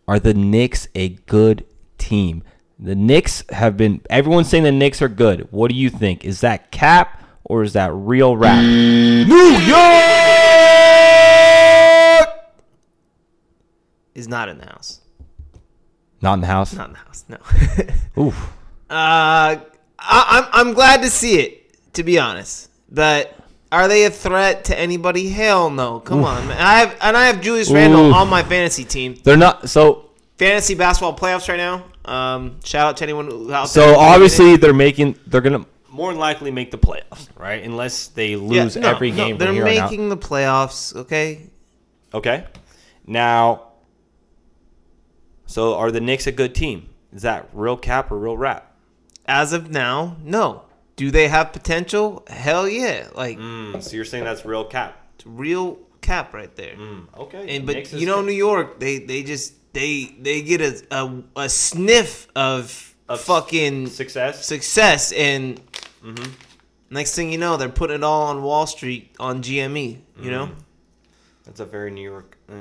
[SPEAKER 1] Are the Knicks a good team? The Knicks have been, everyone's saying the Knicks are good. What do you think? Is that cap or is that real rap? New York!
[SPEAKER 2] Is not in the house.
[SPEAKER 1] Not in the house.
[SPEAKER 2] Not in the house. No.
[SPEAKER 1] Oof.
[SPEAKER 2] uh, I, I'm I'm glad to see it. To be honest, but are they a threat to anybody? Hell no. Come on, man. I have and I have Julius Randle
[SPEAKER 1] Oof.
[SPEAKER 2] on my fantasy team.
[SPEAKER 1] They're not. So,
[SPEAKER 2] Fantasy basketball playoffs right now. Um, shout out to anyone who- out there.
[SPEAKER 1] so obviously they're making. They're gonna more than likely make the playoffs, right? Unless they
[SPEAKER 2] Yeah,
[SPEAKER 1] lose
[SPEAKER 2] no,
[SPEAKER 1] every
[SPEAKER 2] no,
[SPEAKER 1] game.
[SPEAKER 2] they're
[SPEAKER 1] from here on out.
[SPEAKER 2] making the playoffs. Okay.
[SPEAKER 1] Okay. Now, so are the Knicks a good team? Is that real cap or real rap?
[SPEAKER 2] As of now, no. Do they have potential? Hell yeah. Like
[SPEAKER 1] Mm, so you're saying that's real cap?
[SPEAKER 2] real cap right there.
[SPEAKER 1] Okay.
[SPEAKER 2] And but you know New York, they they just they they get a a, a sniff of,
[SPEAKER 1] Of
[SPEAKER 2] fucking
[SPEAKER 1] success.
[SPEAKER 2] success and
[SPEAKER 1] Mm-hmm.
[SPEAKER 2] next thing you know they're putting it all on Wall Street on GME, you
[SPEAKER 1] Mm.
[SPEAKER 2] know?
[SPEAKER 1] that's a very New York uh,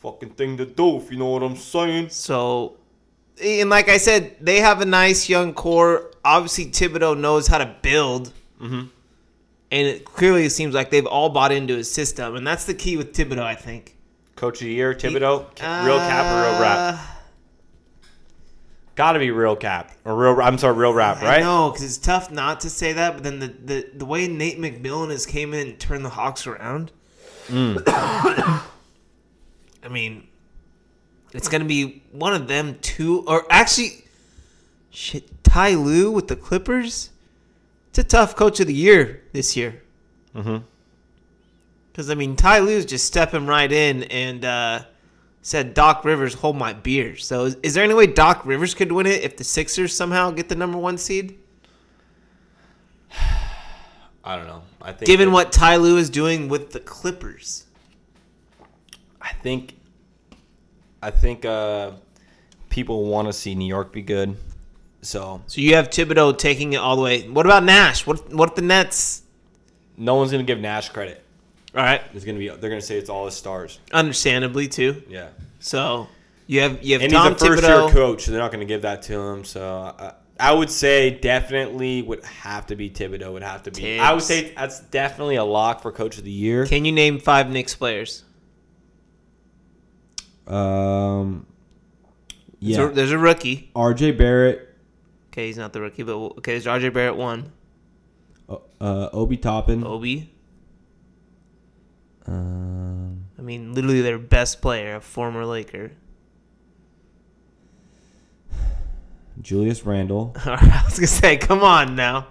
[SPEAKER 1] fucking thing to do. If you know what I'm saying.
[SPEAKER 2] So and like I said, they have a nice young core. Obviously Thibodeau knows how to build.
[SPEAKER 1] Mm-hmm.
[SPEAKER 2] And it clearly seems like they've all bought into his system, and that's the key with Thibodeau, I think.
[SPEAKER 1] Coach of the year, Thibodeau. real cap or real rap?
[SPEAKER 2] Uh,
[SPEAKER 1] Gotta be real cap or real. I'm sorry, real rap,
[SPEAKER 2] I
[SPEAKER 1] right?
[SPEAKER 2] know, because it's tough not to say that, but then the, the, the way Nate McMillan has came in and turned the Hawks around. I mean, it's going to be one of them two, or actually, shit, Ty Lue with the Clippers. It's a tough coach of the year this year. Mm-hmm. Because, I mean, Ty Lue's just stepping right in and uh, said, Doc Rivers, hold my beer. So is, is there any way Doc Rivers could win it if the Sixers somehow get the number one seed?
[SPEAKER 1] I don't know. I think
[SPEAKER 2] given what Ty Lue is doing with the Clippers.
[SPEAKER 1] I think I think uh, people want to see New York be good. So
[SPEAKER 2] So you have Thibodeau taking it all the way. What about Nash? What what if the Nets?
[SPEAKER 1] no one's gonna give Nash credit.
[SPEAKER 2] All right,
[SPEAKER 1] It's gonna be they're gonna say it's all his stars.
[SPEAKER 2] understandably too.
[SPEAKER 1] Yeah,
[SPEAKER 2] So you have you have
[SPEAKER 1] and
[SPEAKER 2] Tom
[SPEAKER 1] he's a first year
[SPEAKER 2] Thibodeau.
[SPEAKER 1] coach. So they're not gonna give that to him. So I, I would say definitely would have to be Thibodeau. Would have to be. I would
[SPEAKER 2] Tibbs.
[SPEAKER 1] say that's definitely a lock for coach of the year.
[SPEAKER 2] Can you name five Knicks players?
[SPEAKER 1] Um, yeah,
[SPEAKER 2] There's, a, there's a rookie.
[SPEAKER 1] R.J. Barrett,
[SPEAKER 2] Okay, he's not the rookie, but okay, there's RJ Barrett one,
[SPEAKER 1] uh, Obi Toppin.
[SPEAKER 2] Obi.
[SPEAKER 1] Um,
[SPEAKER 2] I mean, literally their best player, a former Laker.
[SPEAKER 1] Julius Randle.
[SPEAKER 2] I was gonna say, come on now.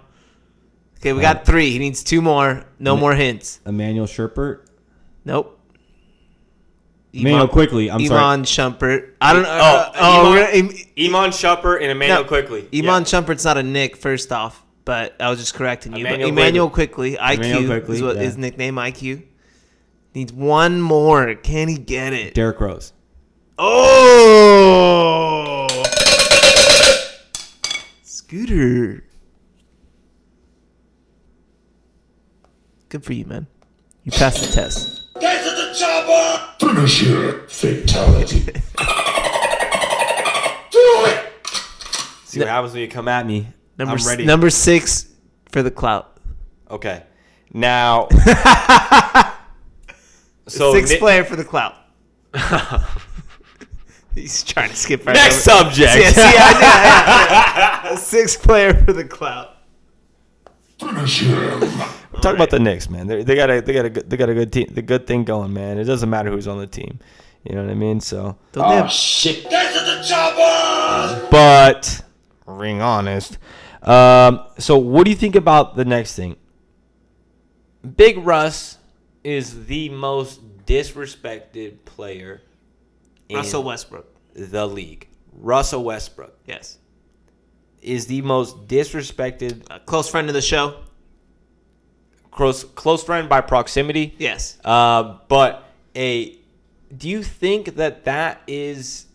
[SPEAKER 2] Okay, we got three. He needs two more. No more hints.
[SPEAKER 1] Emmanuel Sherpert.
[SPEAKER 2] Nope.
[SPEAKER 1] Emmanuel quickly. I'm sorry.
[SPEAKER 2] Iman Shumpert. I don't know.
[SPEAKER 1] Oh,
[SPEAKER 2] Oh, oh,
[SPEAKER 1] Iman-
[SPEAKER 2] we're gonna- Im-
[SPEAKER 1] Iman Shumpert and Emmanuel
[SPEAKER 2] No,
[SPEAKER 1] quickly.
[SPEAKER 2] Iman Shumpert's not a Nick, first off, but I was just correcting you.
[SPEAKER 1] Emmanuel
[SPEAKER 2] but Emmanuel quickly, IQ
[SPEAKER 1] Emmanuel Quickley,
[SPEAKER 2] is what
[SPEAKER 1] yeah.
[SPEAKER 2] his nickname. IQ needs one more. Can he get it?
[SPEAKER 1] Derrick Rose.
[SPEAKER 2] Oh, Scooter. Good for you, man. You passed the test.
[SPEAKER 5] Finish it. Fatality.
[SPEAKER 1] See what happens when you come at me.
[SPEAKER 2] Number
[SPEAKER 1] I'm
[SPEAKER 2] s-
[SPEAKER 1] ready.
[SPEAKER 2] number six for the clout.
[SPEAKER 1] okay. Now. so
[SPEAKER 2] Sixth
[SPEAKER 1] Nick-
[SPEAKER 2] player for the clout. He's trying to skip right
[SPEAKER 1] next
[SPEAKER 2] over.
[SPEAKER 1] subject.
[SPEAKER 2] Yeah, see, I did, yeah, yeah. Sixth player for the clout.
[SPEAKER 5] Finish it.
[SPEAKER 1] Talk about the Knicks, man. They, they got a they got a good, they got a good team, the good thing going, man. It doesn't matter who's on the team. You know what I mean? So,
[SPEAKER 2] Don't they
[SPEAKER 6] Oh,
[SPEAKER 2] have,
[SPEAKER 6] shit.
[SPEAKER 1] but ring honest. Um, so what do you think about the next thing? Big Russ is the most disrespected player in
[SPEAKER 2] Russell Westbrook.
[SPEAKER 1] the league. Russell Westbrook
[SPEAKER 2] Yes.
[SPEAKER 1] is the most disrespected
[SPEAKER 2] A close friend of the show.
[SPEAKER 1] close close friend by proximity.
[SPEAKER 2] Yes.
[SPEAKER 1] Uh, but a, do you think that that is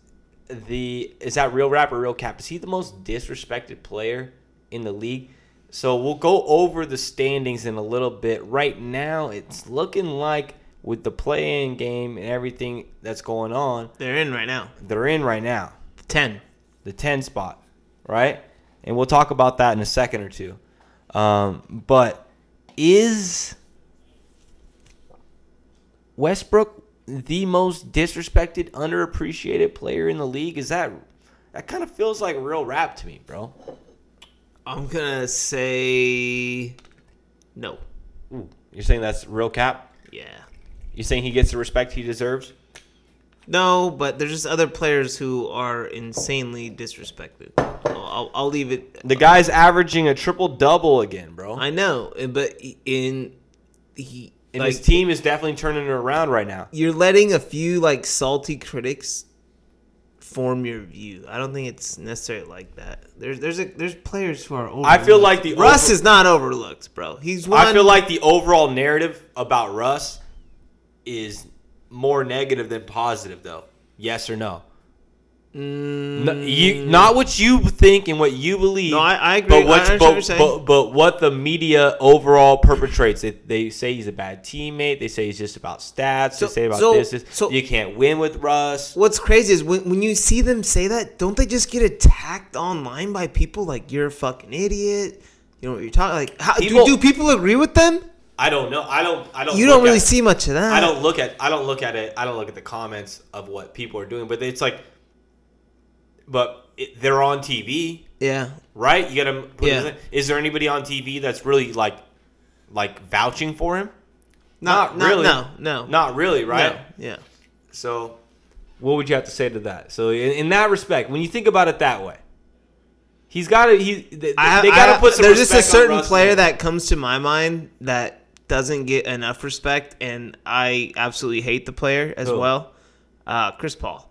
[SPEAKER 1] the is that real rap or real cap? Is he the most disrespected player in the league? So we'll go over the standings in a little bit. Right now, it's looking like with the play-in game and everything that's going on,
[SPEAKER 2] They're in right now.
[SPEAKER 1] they're in right now
[SPEAKER 2] Ten.
[SPEAKER 1] the 10 spot, right? And we'll talk about that in a second or two. Um, but is Westbrook the most disrespected, underappreciated player in the league? Is that that kind of feels like real rap to me, bro?
[SPEAKER 2] I'm gonna say no.
[SPEAKER 1] You're saying that's real cap?
[SPEAKER 2] Yeah.
[SPEAKER 1] You're saying he gets the respect he deserves?
[SPEAKER 2] No, but there's just other players who are insanely disrespected. I'll, I'll, I'll leave it.
[SPEAKER 1] The guy's averaging a triple double again, bro.
[SPEAKER 2] I know, but in he
[SPEAKER 1] And
[SPEAKER 2] like
[SPEAKER 1] his team is definitely turning it around right now.
[SPEAKER 2] you're letting a few like salty critics form your view. I don't think it's necessarily like that. There's there's a, there's players who are overlooked.
[SPEAKER 1] I feel like the
[SPEAKER 2] Russ
[SPEAKER 1] over-
[SPEAKER 2] is not overlooked, bro. He's one.
[SPEAKER 1] I feel like the overall narrative about Russ is more negative than positive, though. Yes or no? No, you, not what you think and what you believe.
[SPEAKER 2] Mm. No, I- I
[SPEAKER 1] But
[SPEAKER 2] agree. I
[SPEAKER 1] what,
[SPEAKER 2] understand what you're
[SPEAKER 1] but,
[SPEAKER 2] saying.
[SPEAKER 1] but, but what the media overall perpetrates. They, they say he's a bad teammate. They say he's just about stats.
[SPEAKER 2] So-
[SPEAKER 1] they say about
[SPEAKER 2] so-
[SPEAKER 1] this. this.
[SPEAKER 2] so-
[SPEAKER 1] you can't win with Russ.
[SPEAKER 2] What's crazy is when, when you see them say that, don't they just get attacked online by people like you're a fucking idiot? You know what you're talking like? How,
[SPEAKER 1] People-
[SPEAKER 2] do, do people agree with them?
[SPEAKER 1] I don't know. I don't. I don't.
[SPEAKER 2] You don't
[SPEAKER 1] look
[SPEAKER 2] really
[SPEAKER 1] at-
[SPEAKER 2] see much of that.
[SPEAKER 1] I don't look at I don't look at it. I don't look at the comments of what people are doing, but it's like, but it, they're on TV,
[SPEAKER 2] Yeah,
[SPEAKER 1] right? You got to.
[SPEAKER 2] Yeah.
[SPEAKER 1] Is there anybody on TV that's really like, like vouching for him? Not,
[SPEAKER 2] Not- not-
[SPEAKER 1] really.
[SPEAKER 2] no, no.
[SPEAKER 1] Not really, right?
[SPEAKER 2] No, yeah.
[SPEAKER 1] So, what would you have to say to that? So, in, in that respect, when you think about it that way, he's got to he. They,
[SPEAKER 2] I,
[SPEAKER 1] they got
[SPEAKER 2] I-
[SPEAKER 1] to put some.
[SPEAKER 2] There's just a
[SPEAKER 1] respect on
[SPEAKER 2] certain
[SPEAKER 1] Russ
[SPEAKER 2] player
[SPEAKER 1] Lee.
[SPEAKER 2] that comes to my mind that doesn't get enough respect, and I absolutely hate the player as
[SPEAKER 1] Who?
[SPEAKER 2] well. Uh, Chris Paul.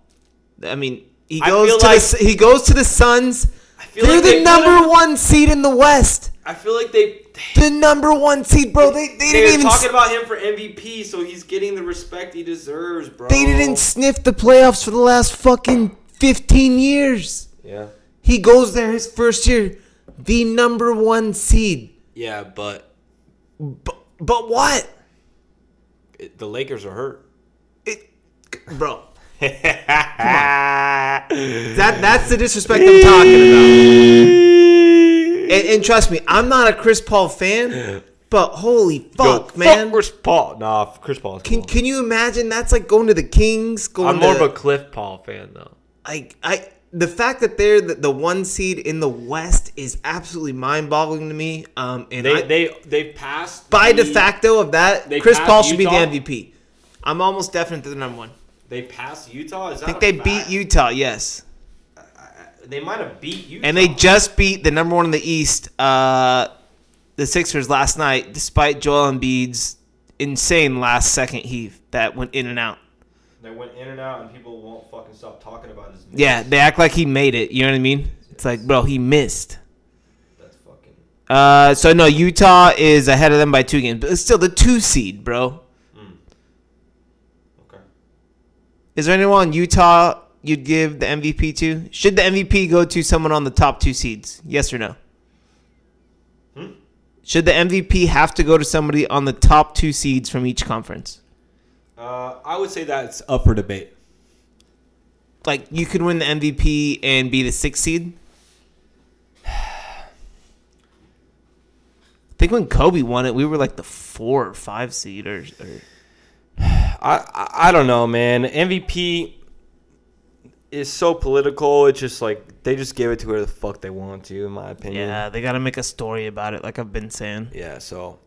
[SPEAKER 2] I mean, he
[SPEAKER 1] I
[SPEAKER 2] goes
[SPEAKER 1] feel
[SPEAKER 2] to the
[SPEAKER 1] like-
[SPEAKER 2] the, he goes to the Suns.
[SPEAKER 7] I feel
[SPEAKER 2] They're
[SPEAKER 7] like
[SPEAKER 2] the
[SPEAKER 7] they
[SPEAKER 2] number
[SPEAKER 7] could've-
[SPEAKER 2] one seed in the West.
[SPEAKER 7] I feel like they.
[SPEAKER 2] The number one seed, bro. They, they,
[SPEAKER 7] were
[SPEAKER 2] didn't even
[SPEAKER 7] talking
[SPEAKER 2] s-
[SPEAKER 7] about him for MVP, so he's getting the respect he deserves, bro.
[SPEAKER 2] they
[SPEAKER 1] Oh.
[SPEAKER 2] didn't sniff the playoffs for the last fucking fifteen years.
[SPEAKER 7] Yeah.
[SPEAKER 2] He goes there his first year, the number one seed.
[SPEAKER 7] Yeah, but
[SPEAKER 2] But, but what?
[SPEAKER 7] it- the Lakers are hurt.
[SPEAKER 2] It, bro. That that's the disrespect I'm talking about. And, and trust me, I'm not a Chris Paul fan, but holy
[SPEAKER 1] Yo,
[SPEAKER 2] fuck, man.
[SPEAKER 1] Fuck Chris Paul. Nah, Chris Paul's
[SPEAKER 2] can,
[SPEAKER 1] cool.
[SPEAKER 2] can you imagine? That's like going to the Kings. Going
[SPEAKER 7] I'm more of
[SPEAKER 2] to,
[SPEAKER 7] a Cliff Paul fan though.
[SPEAKER 2] like I the fact that they're the, the one seed in the West is absolutely mind boggling to me. Um, and
[SPEAKER 7] They
[SPEAKER 2] I,
[SPEAKER 7] they they passed
[SPEAKER 2] by
[SPEAKER 7] the,
[SPEAKER 2] de facto of that,
[SPEAKER 7] they
[SPEAKER 2] Chris
[SPEAKER 7] passed
[SPEAKER 2] Paul should
[SPEAKER 7] Utah?
[SPEAKER 2] be the MVP. I'm almost definite they're the number one.
[SPEAKER 7] They passed Utah. Is that
[SPEAKER 2] I think
[SPEAKER 7] a
[SPEAKER 2] they
[SPEAKER 7] fact?
[SPEAKER 2] beat Utah, yes,
[SPEAKER 7] They might have beat Utah.
[SPEAKER 2] and they just beat the number one in the East, uh, the Sixers last night, despite Joel Embiid's insane last second heave that went in and out.
[SPEAKER 7] They went in and out, and people won't fucking stop talking about his. miss.
[SPEAKER 2] Yeah, they act like he made it. You know what I mean? It's like, bro, he missed.
[SPEAKER 7] That's fucking.
[SPEAKER 2] Uh, so no, Utah is ahead of them by two games, but it's still the two seed, bro.
[SPEAKER 7] Okay.
[SPEAKER 2] Is there anyone in Utah you'd give the MVP to? Should the MVP go to someone on the top two seeds? Yes or no? Should the MVP have to go to somebody on the top two seeds from each conference?
[SPEAKER 7] Uh, I would say that's up for debate.
[SPEAKER 2] Like you could win the MVP and be the sixth seed. I think when Kobe won it, we were like the four or five seed, or, or
[SPEAKER 1] I, I I don't know, man. MVP is so political. It's just like they just give it to where the fuck they want to, in my opinion.
[SPEAKER 2] yeah, they got to make a story about it, like I've been saying.
[SPEAKER 1] Yeah. So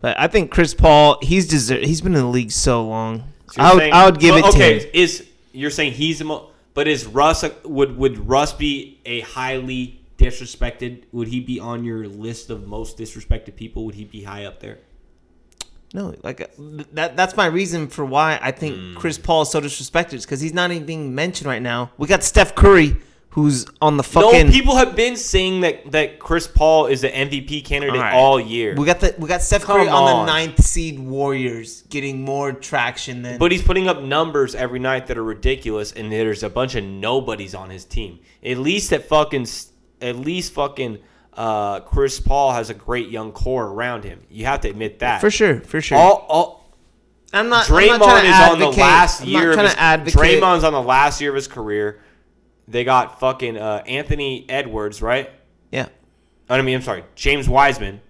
[SPEAKER 2] But I think Chris Paul, he's deserved. He's been in the league so long.
[SPEAKER 1] So you're
[SPEAKER 2] I would,
[SPEAKER 1] saying-
[SPEAKER 2] I would give
[SPEAKER 1] Well,
[SPEAKER 2] it
[SPEAKER 1] okay,
[SPEAKER 2] to him.
[SPEAKER 1] Is you're saying he's the mo- but is Russ a, would would Russ be a highly disrespected? Would he be on your list of most disrespected people? Would he be high up there?
[SPEAKER 2] No, like uh, th- that. That's my reason for why I think
[SPEAKER 1] Hmm.
[SPEAKER 2] Chris Paul is so disrespected. Is because he's not even being mentioned right now. We got Steph Curry, who's on the fucking.
[SPEAKER 1] no, people have been saying that that Chris Paul is the MVP candidate
[SPEAKER 2] All
[SPEAKER 1] all,
[SPEAKER 2] right.
[SPEAKER 1] year,
[SPEAKER 2] we got the we got Steph Curry
[SPEAKER 1] Come
[SPEAKER 2] on.
[SPEAKER 1] on.
[SPEAKER 2] the ninth seed Warriors, getting more traction than.
[SPEAKER 1] but he's putting up numbers every night that are ridiculous, and there's a bunch of nobodies on his team. At least that fucking s- at least fucking. Uh, Chris Paul has a great young core around him. You have to admit that
[SPEAKER 2] for sure, for sure.
[SPEAKER 1] All, all,
[SPEAKER 2] I'm not. I'm not trying
[SPEAKER 1] Draymond
[SPEAKER 2] to
[SPEAKER 1] is on
[SPEAKER 2] advocate.
[SPEAKER 1] the last
[SPEAKER 2] I'm
[SPEAKER 1] year.
[SPEAKER 2] Not
[SPEAKER 1] Of
[SPEAKER 2] trying
[SPEAKER 1] his,
[SPEAKER 2] to advocate.
[SPEAKER 1] Draymond's on the last year of his career. They got fucking uh, Anthony Edwards, right?
[SPEAKER 2] yeah,
[SPEAKER 1] I mean, I'm sorry, James Wiseman.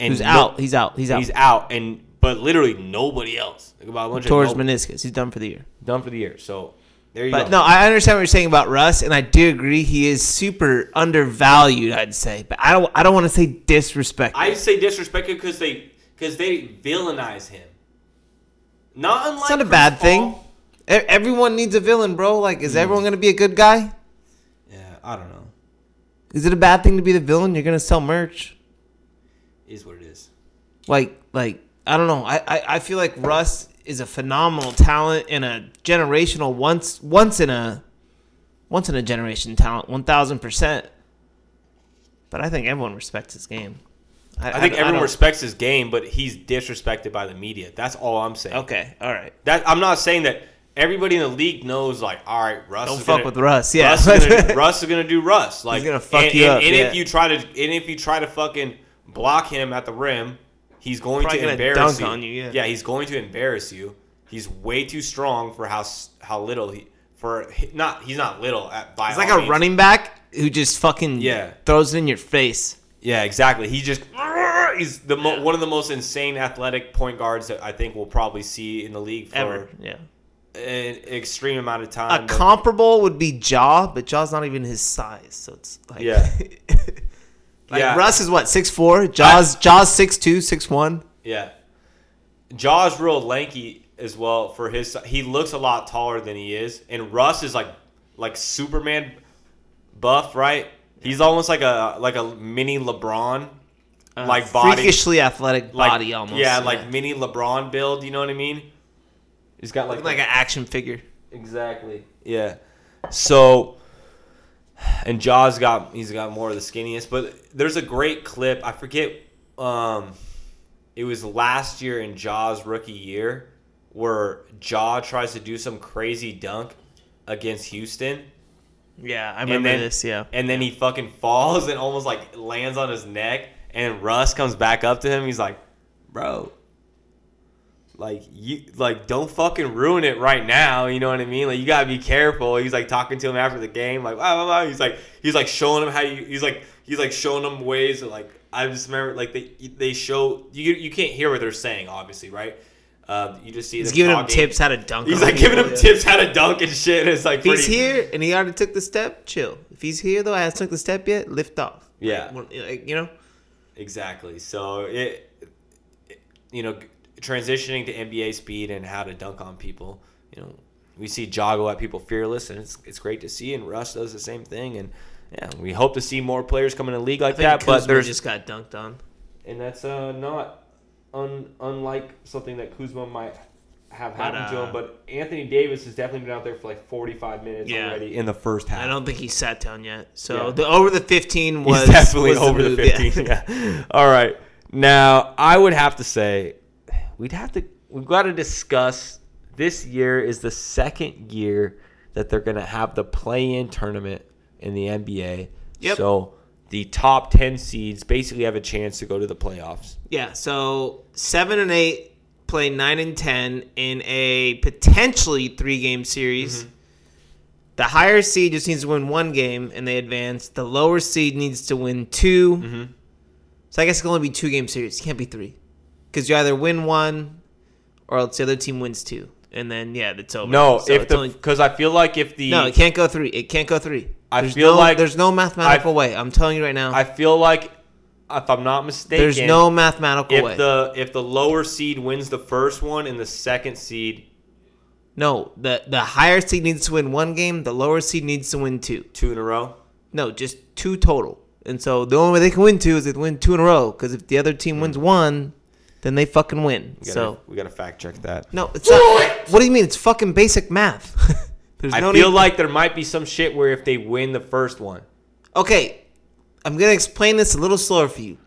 [SPEAKER 1] And
[SPEAKER 2] who's
[SPEAKER 1] no-
[SPEAKER 2] out? He's out. He's out.
[SPEAKER 1] He's out, and but literally nobody else. Like about a bunch
[SPEAKER 2] Towards
[SPEAKER 1] of no,
[SPEAKER 2] meniscus. He's done for the year.
[SPEAKER 1] done for the year. So there you
[SPEAKER 2] But
[SPEAKER 1] go.
[SPEAKER 2] no, I understand what you're saying about Russ, and I do agree he is super undervalued. I'd say, but I don't. I don't want to say disrespect.
[SPEAKER 1] I say disrespected because they because they villainize him. Not unlike
[SPEAKER 2] it's not a
[SPEAKER 1] Chris
[SPEAKER 2] bad thing.
[SPEAKER 1] Paul. Hmm.
[SPEAKER 2] E- Everyone needs a villain, bro. Like, is everyone going to be a good guy?
[SPEAKER 1] Yeah, I don't know.
[SPEAKER 2] Is it a bad thing to be the villain? You're going to sell merch.
[SPEAKER 1] Is what it is.
[SPEAKER 2] Like, like I don't know. I, I, I feel like Russ is a phenomenal talent and a generational once once in a once in a generation talent, one thousand percent. But I think everyone respects his game.
[SPEAKER 1] I think
[SPEAKER 2] I
[SPEAKER 1] everyone
[SPEAKER 2] don't-
[SPEAKER 1] respects his game, but he's disrespected by the media. That's all I'm saying.
[SPEAKER 2] Okay, all right.
[SPEAKER 1] That I'm not saying that everybody in the league knows. Like, all right, Russ.
[SPEAKER 2] Don't
[SPEAKER 1] is
[SPEAKER 2] fuck
[SPEAKER 1] gonna-
[SPEAKER 2] with Russ, yeah.
[SPEAKER 1] Russ is, gonna, Russ is gonna do Russ. Like,
[SPEAKER 2] gonna fuck
[SPEAKER 1] and,
[SPEAKER 2] you
[SPEAKER 1] and-
[SPEAKER 2] up,
[SPEAKER 1] And
[SPEAKER 2] yeah.
[SPEAKER 1] if you try to, and if you try to fucking block him at the rim, he's going
[SPEAKER 2] Probably
[SPEAKER 1] to
[SPEAKER 2] gonna
[SPEAKER 1] embarrass
[SPEAKER 2] dunk
[SPEAKER 1] you.
[SPEAKER 2] on you, yeah.
[SPEAKER 1] he's going to embarrass you. He's way too strong for how s- how little he for he- not. He's not little at by.
[SPEAKER 2] It's like
[SPEAKER 1] all
[SPEAKER 2] a
[SPEAKER 1] means.
[SPEAKER 2] running back who just fucking
[SPEAKER 1] Yeah.
[SPEAKER 2] throws it in your face.
[SPEAKER 1] Yeah, exactly. He just he's the mo- one of the most insane athletic point guards that I think we'll probably see in the league for
[SPEAKER 2] Ever. Yeah.
[SPEAKER 1] an extreme amount of
[SPEAKER 2] A
[SPEAKER 1] time. but-
[SPEAKER 2] comparable would be Jaw, but Jaw's not even his size, so it's like
[SPEAKER 1] Yeah.
[SPEAKER 2] like
[SPEAKER 1] Yeah.
[SPEAKER 2] Russ is what, six four? Jaw's Jaw's six two, six one.
[SPEAKER 1] Yeah. Jaw's real lanky as well for his he looks a lot taller than he is and Russ is like like Superman buff, right? He's almost like a like a mini LeBron Uh, like body
[SPEAKER 2] Freakishly athletic
[SPEAKER 1] like,
[SPEAKER 2] Uh, body almost.
[SPEAKER 1] Yeah, like mini LeBron build, you know what I mean? He's got like
[SPEAKER 2] like an action figure.
[SPEAKER 1] Exactly. Yeah. So and Jaws got he's got more of the skinniest. But there's a great clip. I forget. Um, it was last year in Jaws rookie year where Jaw tries to do some crazy dunk against Houston,
[SPEAKER 2] Yeah, I
[SPEAKER 1] and
[SPEAKER 2] remember
[SPEAKER 1] then
[SPEAKER 2] this. Yeah,
[SPEAKER 1] and then he fucking falls and almost like lands on his neck. And Russ comes back up to him. He's like, "Bro." Like you, like don't fucking ruin it right now. You know what I mean? Like you gotta be careful. He's like talking to him after the game, like wow, wow, wow. He's like he's like showing him how you. He's like he's like showing him ways. That, like I just remember, like they they show you. You can't hear what they're saying, obviously, right? Uh, you just see
[SPEAKER 2] he's
[SPEAKER 1] them
[SPEAKER 2] giving him
[SPEAKER 1] talking.
[SPEAKER 2] tips how to dunk.
[SPEAKER 1] He's
[SPEAKER 2] on
[SPEAKER 1] like giving
[SPEAKER 2] people,
[SPEAKER 1] him tips how to dunk and shit. It's like
[SPEAKER 8] If he's
[SPEAKER 1] pretty-
[SPEAKER 8] here and he already took the step, chill. If he's here though, I hasn't took the step yet, lift off.
[SPEAKER 1] Yeah.
[SPEAKER 8] Like, when- like, you know?
[SPEAKER 1] Exactly. So it, it- you know, transitioning to NBA speed and how to dunk on people. You know, we see Jago at people fearless, and it's it's great to see. And Russ does the same thing, and yeah, we hope to see more players come in the league like
[SPEAKER 2] Yeah,
[SPEAKER 1] that. But there's
[SPEAKER 2] just got dunked on.
[SPEAKER 1] and that's uh, not un, unlike something that Kuzma might have happened to
[SPEAKER 2] uh,
[SPEAKER 1] him. But Anthony Davis has definitely been out there for like 45 minutes
[SPEAKER 2] Yeah.
[SPEAKER 1] already in the first half.
[SPEAKER 2] I don't think he sat down yet. So
[SPEAKER 1] Yeah.
[SPEAKER 2] the over the fifteen
[SPEAKER 1] He's
[SPEAKER 2] was
[SPEAKER 1] definitely
[SPEAKER 2] was
[SPEAKER 1] over the,
[SPEAKER 2] move, yeah.
[SPEAKER 1] 15. Yeah. All right. Now, I would have to say we'd have to we've got to discuss this year is the second year that they're going to have the play-in tournament in the NBA.
[SPEAKER 2] Yep.
[SPEAKER 1] So, the top 10 seeds basically have a chance to go to the playoffs.
[SPEAKER 2] Yeah, so seven and eight play nine and ten in a potentially three game
[SPEAKER 1] Mm-hmm.
[SPEAKER 2] series. The higher seed just needs to win one game and they advance. The lower seed needs to win 2
[SPEAKER 1] Mm-hmm.
[SPEAKER 2] So I guess it can only be two game series. It can't be three. Because you either win one or else the other team wins two. And then yeah, it's over.
[SPEAKER 1] No,
[SPEAKER 2] So
[SPEAKER 1] if
[SPEAKER 2] it's
[SPEAKER 1] the
[SPEAKER 2] only-
[SPEAKER 1] cuz I feel like if the
[SPEAKER 2] No, it can't go three. It can't go three.
[SPEAKER 1] I
[SPEAKER 2] there's
[SPEAKER 1] feel
[SPEAKER 2] no,
[SPEAKER 1] like-
[SPEAKER 2] there's no mathematical way. I'm telling you right now.
[SPEAKER 1] I feel like if I'm not mistaken
[SPEAKER 2] there's no mathematical
[SPEAKER 1] if
[SPEAKER 2] way.
[SPEAKER 1] the if the lower seed wins the first one and the second seed
[SPEAKER 2] No, the the higher seed needs to win one game. The lower seed needs to win two.
[SPEAKER 1] two in a row,
[SPEAKER 2] No, just two total. And so the only way they can win two is they win two in a row. Because if the other team wins one, then they fucking win.
[SPEAKER 1] We Hmm. gotta-
[SPEAKER 2] so
[SPEAKER 1] we gotta fact check that.
[SPEAKER 2] no, it's not. What do you mean? It's fucking basic math. There's
[SPEAKER 1] I
[SPEAKER 2] no
[SPEAKER 1] feel
[SPEAKER 2] need-
[SPEAKER 1] like there might be some shit where if they win the first one,
[SPEAKER 2] okay. I'm gonna explain this a little slower for you.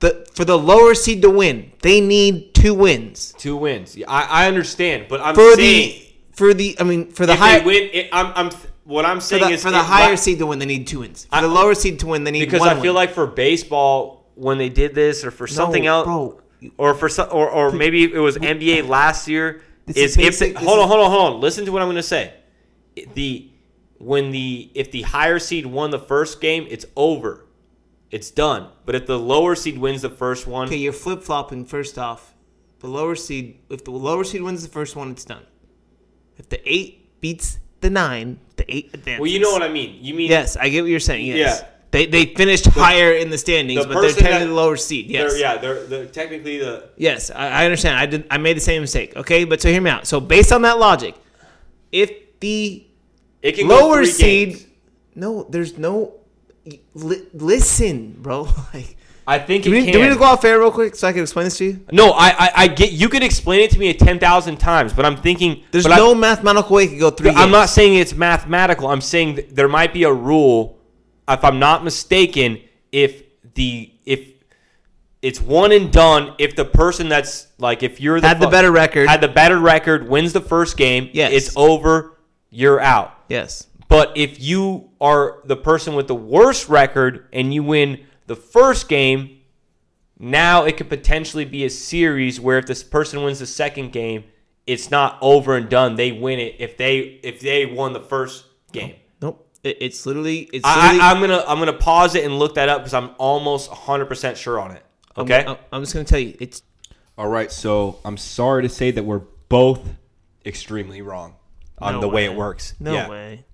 [SPEAKER 2] The for the lower seed to win, they need two wins.
[SPEAKER 1] two wins. Yeah, I, I understand, but I'm
[SPEAKER 2] For
[SPEAKER 1] saying
[SPEAKER 2] the for the I mean for the
[SPEAKER 1] if they
[SPEAKER 2] higher
[SPEAKER 1] win, it, I'm, I'm what I'm
[SPEAKER 2] for
[SPEAKER 1] saying
[SPEAKER 2] the,
[SPEAKER 1] is
[SPEAKER 2] for the
[SPEAKER 1] it-
[SPEAKER 2] higher seed to win, they need two wins. For the lower seed to win, they need
[SPEAKER 1] because
[SPEAKER 2] one
[SPEAKER 1] I feel
[SPEAKER 2] win.
[SPEAKER 1] like for baseball when they did this or for something
[SPEAKER 2] No,
[SPEAKER 1] else,
[SPEAKER 2] bro.
[SPEAKER 1] or for some, or or maybe it was NBA last year.
[SPEAKER 2] is
[SPEAKER 1] Is if they,
[SPEAKER 2] basic- this
[SPEAKER 1] hold on,
[SPEAKER 2] is-
[SPEAKER 1] hold on, hold on. Listen to what I'm going to say. The when the if the higher seed won the first game, it's over, it's done. But if the lower seed wins the first one,
[SPEAKER 2] Okay, you're flip flopping. First off, the lower seed. If the lower seed wins the first one, it's done. If the eight beats the nine, the eight advances.
[SPEAKER 1] well, you know what I mean. You mean
[SPEAKER 2] Yes, I get what you're saying. Yes.
[SPEAKER 1] Yeah.
[SPEAKER 2] They they finished higher in the standings,
[SPEAKER 1] the
[SPEAKER 2] but they're
[SPEAKER 1] person that-
[SPEAKER 2] technically the lower seed.
[SPEAKER 1] They're-
[SPEAKER 2] Yes.
[SPEAKER 1] yeah, they're, they're technically the
[SPEAKER 2] Yes, I, I understand. I did. I made the same mistake. Okay, but so hear me out. So based on that logic, if the
[SPEAKER 1] it can go
[SPEAKER 2] lower
[SPEAKER 1] three
[SPEAKER 2] seed,
[SPEAKER 1] games.
[SPEAKER 2] no, there's no. Li- listen, bro. Like,
[SPEAKER 1] I think
[SPEAKER 2] do
[SPEAKER 1] it
[SPEAKER 2] we,
[SPEAKER 1] can.
[SPEAKER 2] do we need to go off air real quick so I can explain this to you?
[SPEAKER 1] no, I, I I get you could explain it to me ten thousand times, but I'm thinking
[SPEAKER 2] There's
[SPEAKER 1] but I-
[SPEAKER 2] no mathematical way it could go three.
[SPEAKER 1] I'm
[SPEAKER 2] games.
[SPEAKER 1] not saying it's mathematical. I'm saying th- there might be a rule, if I'm not mistaken, if the if it's one and done, if the person that's like if you're the
[SPEAKER 2] Had the
[SPEAKER 1] fu-
[SPEAKER 2] better record.
[SPEAKER 1] had the better record wins the first game,
[SPEAKER 2] Yes.
[SPEAKER 1] it's over, you're out.
[SPEAKER 2] Yes.
[SPEAKER 1] But if you are the person with the worst record and you win the first game, now it could potentially be a series where if this person wins the second game, it's not over and done. They win it if they if they won the first game.
[SPEAKER 2] Nope. It, it's literally. It's
[SPEAKER 1] I,
[SPEAKER 2] literally,
[SPEAKER 1] I, I'm gonna I'm gonna pause it and look that up because I'm almost 100 percent sure on it. Okay.
[SPEAKER 2] I'm, I'm just gonna tell you. It's
[SPEAKER 1] All right. So I'm sorry to say that we're both extremely wrong on
[SPEAKER 2] No
[SPEAKER 1] the way.
[SPEAKER 2] way.
[SPEAKER 1] it works.
[SPEAKER 2] no
[SPEAKER 1] Yeah.
[SPEAKER 2] way.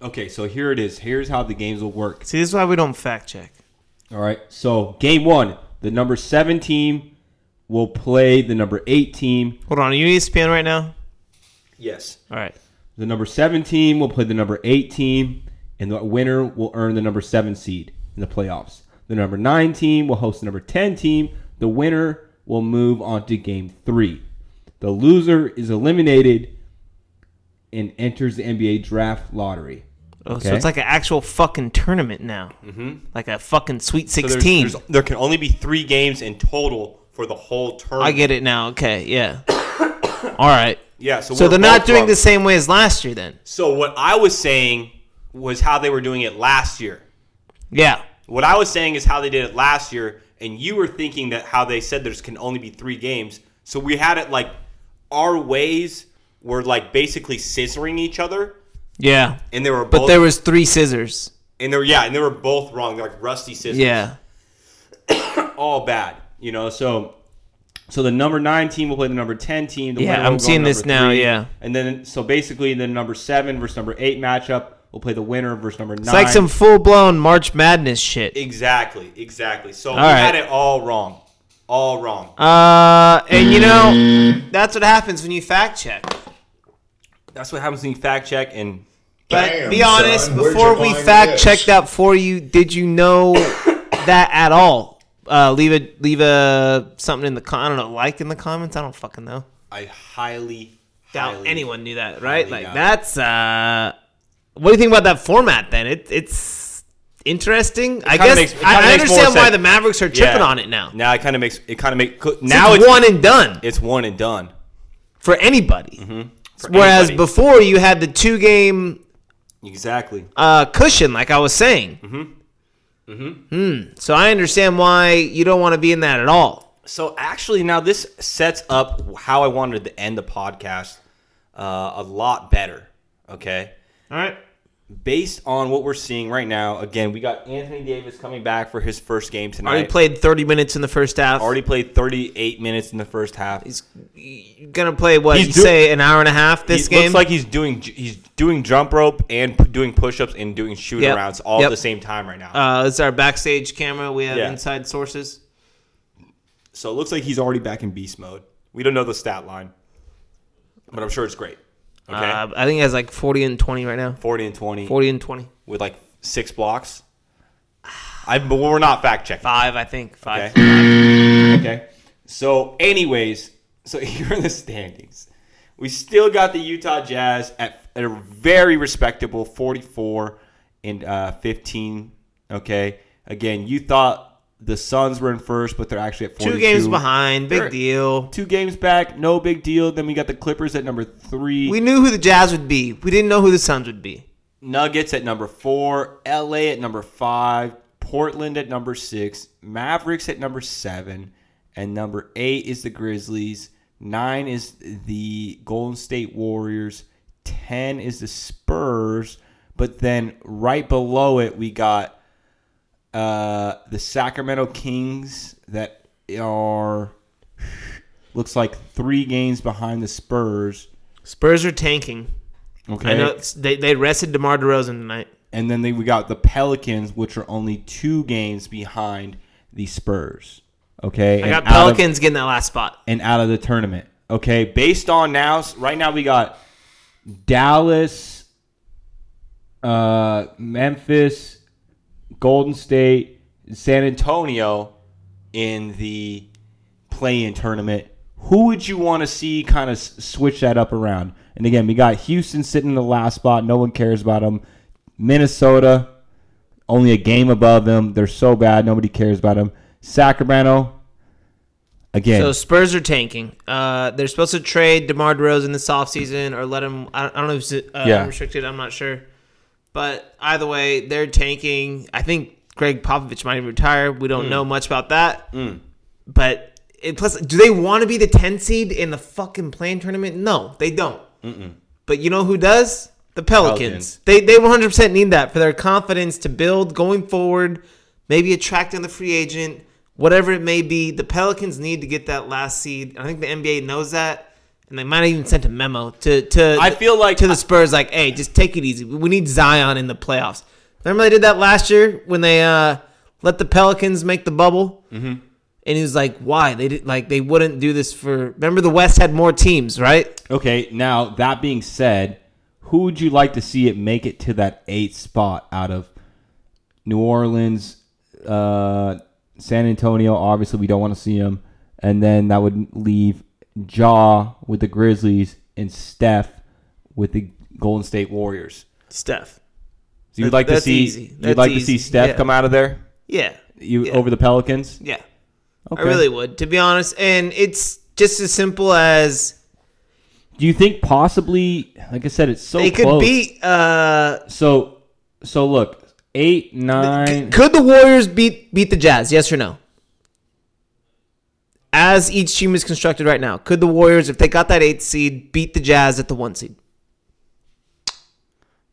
[SPEAKER 1] Okay. So here it is. Here's how the games will work.
[SPEAKER 2] See, this is why we don't fact check.
[SPEAKER 1] All right. So game one, the number seven team will play the number eight team.
[SPEAKER 2] Hold on. Are you E ESPN right now?
[SPEAKER 1] Yes.
[SPEAKER 2] All right.
[SPEAKER 1] The number seven team will play the number eight team, and the winner will earn the number seven seed in the playoffs. The number nine team will host the number ten team. The winner will move on to game three. The loser is eliminated and enters the NBA draft lottery.
[SPEAKER 2] Oh,
[SPEAKER 9] Okay.
[SPEAKER 2] so it's like an actual fucking tournament now. Mm-hmm. Like a fucking Sweet
[SPEAKER 1] So there's-
[SPEAKER 2] 16.
[SPEAKER 1] there's- there can only be three games in total for the whole tournament.
[SPEAKER 2] I get it now. Okay, yeah. All right.
[SPEAKER 1] Yeah, so,
[SPEAKER 2] So
[SPEAKER 1] we're
[SPEAKER 2] they're not
[SPEAKER 1] both
[SPEAKER 2] doing
[SPEAKER 1] wrong.
[SPEAKER 2] the same way as last year then.
[SPEAKER 1] So what I was saying was how they were doing it last year.
[SPEAKER 2] Yeah.
[SPEAKER 1] What I was saying is how they did it last year, and you were thinking that how they said there's can only be three games. So we had it like our ways were like basically scissoring each other,
[SPEAKER 2] Yeah.
[SPEAKER 1] and they were both
[SPEAKER 2] But there was three scissors.
[SPEAKER 1] and they were yeah, and they were both wrong. They're like rusty scissors.
[SPEAKER 2] Yeah.
[SPEAKER 1] all bad. You know, so so the number nine team will play the number ten team. The
[SPEAKER 2] Yeah,
[SPEAKER 1] winner will
[SPEAKER 2] I'm
[SPEAKER 1] go
[SPEAKER 2] seeing this
[SPEAKER 1] number
[SPEAKER 2] now, yeah.
[SPEAKER 1] and then so basically the number seven versus number eight matchup will play the winner versus number nine.
[SPEAKER 2] It's like some full blown March Madness shit.
[SPEAKER 1] exactly, exactly. So we
[SPEAKER 2] right.
[SPEAKER 1] had it all wrong, all wrong.
[SPEAKER 2] Uh, and you know, that's what happens when you fact check.
[SPEAKER 1] That's what happens when you fact check and
[SPEAKER 2] But
[SPEAKER 3] Damn,
[SPEAKER 2] be honest,
[SPEAKER 3] son, where'd
[SPEAKER 2] before
[SPEAKER 3] you
[SPEAKER 2] we
[SPEAKER 3] find
[SPEAKER 2] fact
[SPEAKER 3] this?
[SPEAKER 2] checked that for you, did you know that at all? Uh, leave a leave a something in the con- I don't know, like in the comments. I don't fucking know.
[SPEAKER 1] I highly
[SPEAKER 2] Doubt
[SPEAKER 1] highly-
[SPEAKER 2] anyone knew that, right?
[SPEAKER 1] highly doubt.
[SPEAKER 2] Like that's uh, what do you think about that format? Then it it's interesting. I
[SPEAKER 1] kinda
[SPEAKER 2] guess
[SPEAKER 1] makes- it kinda
[SPEAKER 2] I, I
[SPEAKER 1] makes more
[SPEAKER 2] understand why
[SPEAKER 1] sense.
[SPEAKER 2] the Mavericks are
[SPEAKER 1] Yeah.
[SPEAKER 2] tripping on it now.
[SPEAKER 1] Now it kind of makes it kind of make
[SPEAKER 2] Now
[SPEAKER 1] now
[SPEAKER 2] it's,
[SPEAKER 1] it's
[SPEAKER 2] one and done
[SPEAKER 1] it's one and done.
[SPEAKER 2] for anybody. Whereas
[SPEAKER 1] Mm-hmm. anybody.
[SPEAKER 2] before you had the two game
[SPEAKER 1] Exactly.
[SPEAKER 2] uh, cushion, like I was saying. Mm-hmm. Mm-hmm. So I understand why you don't want to be in that at all.
[SPEAKER 1] So actually, now this sets up how I wanted to end the podcast uh, a lot better. Okay,
[SPEAKER 2] All right.
[SPEAKER 1] based on what we're seeing right now. Again, we got Anthony Davis coming back for his first game tonight.
[SPEAKER 2] Already played 30 minutes in the first half.
[SPEAKER 1] Already played 38 minutes in the first half. He's,
[SPEAKER 2] You're gonna play what
[SPEAKER 1] He's
[SPEAKER 2] you
[SPEAKER 1] do-
[SPEAKER 2] say an hour and a half this
[SPEAKER 1] he
[SPEAKER 2] game.
[SPEAKER 1] looks like he's doing j- he's doing jump rope and p- doing push ups and doing shoot
[SPEAKER 2] Yep.
[SPEAKER 1] arounds all
[SPEAKER 2] Yep.
[SPEAKER 1] at the same time right now.
[SPEAKER 2] uh, it's our backstage camera. We have
[SPEAKER 1] Yeah.
[SPEAKER 2] inside sources.
[SPEAKER 1] so it looks like he's already back in beast mode. We don't know the stat line, but I'm sure it's great. Okay,
[SPEAKER 2] Uh, I think he has like 40 and 20 right now.
[SPEAKER 1] 40 and 20.
[SPEAKER 2] 40 and 20.
[SPEAKER 1] with like six blocks. I but we're not fact checking.
[SPEAKER 2] Five, I think. Five.
[SPEAKER 1] Okay. okay. So, anyways, so here are the standings. We still got the Utah Jazz at, at a very respectable 44 and uh, 15. Okay. Again, you thought the Suns were in first, but they're actually at 42.
[SPEAKER 2] Two games behind. Big
[SPEAKER 1] Sure.
[SPEAKER 2] deal.
[SPEAKER 1] Two games back, no big deal. Then we got the Clippers at number three.
[SPEAKER 2] We knew who the Jazz would be. We didn't know who the Suns would be.
[SPEAKER 1] Nuggets at number four, LA at number five, Portland at number six, Mavericks at number seven, and number eight is the Grizzlies. Nine is the Golden State Warriors. Ten is the Spurs. But then right below it, we got uh, the Sacramento Kings that are looks like three games behind the Spurs.
[SPEAKER 2] Spurs are tanking.
[SPEAKER 1] Okay,
[SPEAKER 2] I know it's- they, they rested DeMar DeRozan tonight.
[SPEAKER 1] and then they, we got the Pelicans, which are only two games behind the Spurs. Okay,
[SPEAKER 2] I got
[SPEAKER 1] out of-
[SPEAKER 2] Pelicans getting that last spot.
[SPEAKER 1] and out of the tournament. Okay, based on now, right now we got Dallas, uh, Memphis, Golden State, San Antonio in the play-in tournament. Who would you want to see kind of switch that up around? And again, we got Houston sitting in the last spot. No one cares about them. Minnesota, only a game above them. They're so bad. Nobody cares about them. Sacramento, again.
[SPEAKER 2] So Spurs are tanking. Uh, they're supposed to trade DeMar DeRozan this offseason or let him. I, I don't know if it's uh,
[SPEAKER 1] Yeah.
[SPEAKER 2] unrestricted. I'm not sure. But either way, they're tanking. I think Greg Popovich might even retire. We
[SPEAKER 1] Hmm.
[SPEAKER 2] don't know much about that. But it, plus, do they want to be the 10 seed in the fucking playing tournament? No, they don't. But you know who does? The
[SPEAKER 1] Pelicans.
[SPEAKER 2] Pelicans. They they 100% need that for their confidence to build going forward, maybe attracting the free agent, whatever it may be. The Pelicans need to get that last seed. I think the NBA knows that, and they might have even sent a memo to to
[SPEAKER 1] I feel like-
[SPEAKER 2] to the Spurs like, "Hey, just take it easy. We need Zion in the playoffs." Remember they did that last year when they uh, let the Pelicans make the bubble? Mm-hmm. And he was like, "Why? They did like they wouldn't do this for Remember the West had more teams, right?
[SPEAKER 1] Okay, now that being said, who would you like to see it make it to that eighth spot out of New Orleans, uh, San Antonio? Obviously, we don't want to see them, and then that would leave Jaw with the Grizzlies and Steph with the Golden State Warriors.
[SPEAKER 2] Steph.
[SPEAKER 1] So you'd
[SPEAKER 2] That-
[SPEAKER 1] like to
[SPEAKER 2] that's
[SPEAKER 1] see
[SPEAKER 2] easy.
[SPEAKER 1] you'd
[SPEAKER 2] That's
[SPEAKER 1] like to see
[SPEAKER 2] easy.
[SPEAKER 1] Steph
[SPEAKER 2] Yeah.
[SPEAKER 1] come out of there
[SPEAKER 2] Yeah,
[SPEAKER 1] you
[SPEAKER 2] Yeah.
[SPEAKER 1] over the Pelicans.
[SPEAKER 2] yeah.
[SPEAKER 1] Okay.
[SPEAKER 2] I really would, to be honest. And it's just as simple as
[SPEAKER 10] Do you think possibly? Like I said, it's so
[SPEAKER 2] they could
[SPEAKER 10] close.
[SPEAKER 2] beat. Uh,
[SPEAKER 10] So so look, eight nine.
[SPEAKER 2] could the Warriors beat beat the Jazz? Yes or no? As each team is constructed right now, could the Warriors, if they got that eighth seed, beat the Jazz at the one seed?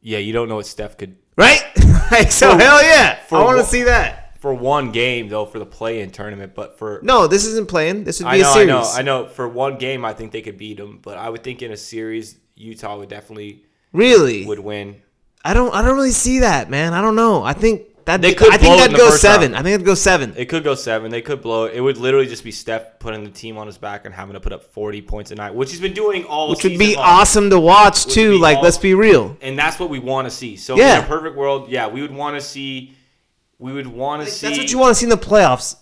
[SPEAKER 1] Yeah, you don't know what Steph could
[SPEAKER 2] Right? like, so hell yeah, I
[SPEAKER 1] for
[SPEAKER 2] want to
[SPEAKER 1] what-
[SPEAKER 2] see that.
[SPEAKER 1] for one game though for the play-in tournament, but for
[SPEAKER 2] No, this isn't playing. This would
[SPEAKER 1] I
[SPEAKER 2] be
[SPEAKER 1] know,
[SPEAKER 2] a
[SPEAKER 1] I
[SPEAKER 2] series.
[SPEAKER 1] know, I know. For one game, I think they could beat them, but I would think in a series, Utah would definitely
[SPEAKER 2] Really?
[SPEAKER 1] would win.
[SPEAKER 2] I don't. I don't really see that, man. I don't know. I think that.
[SPEAKER 1] They could blow
[SPEAKER 2] I
[SPEAKER 1] it
[SPEAKER 2] think
[SPEAKER 1] in
[SPEAKER 2] that'd
[SPEAKER 1] the
[SPEAKER 2] go
[SPEAKER 1] first
[SPEAKER 2] seven.
[SPEAKER 1] round.
[SPEAKER 2] I think that'd go seven.
[SPEAKER 1] It could go seven. They could blow. It It would literally just be Steph putting the team on his back and having to put up forty points a night, which he's been doing all.
[SPEAKER 2] which would
[SPEAKER 1] season
[SPEAKER 2] be
[SPEAKER 1] long.
[SPEAKER 2] awesome to watch
[SPEAKER 1] Would
[SPEAKER 2] too.
[SPEAKER 1] be
[SPEAKER 2] Like,
[SPEAKER 1] aw-
[SPEAKER 2] let's be real.
[SPEAKER 1] and that's what we want to see. So in
[SPEAKER 2] Yeah.
[SPEAKER 1] a perfect world, yeah, we would want to see. We would want to see.
[SPEAKER 2] That's what you want to see in the playoffs.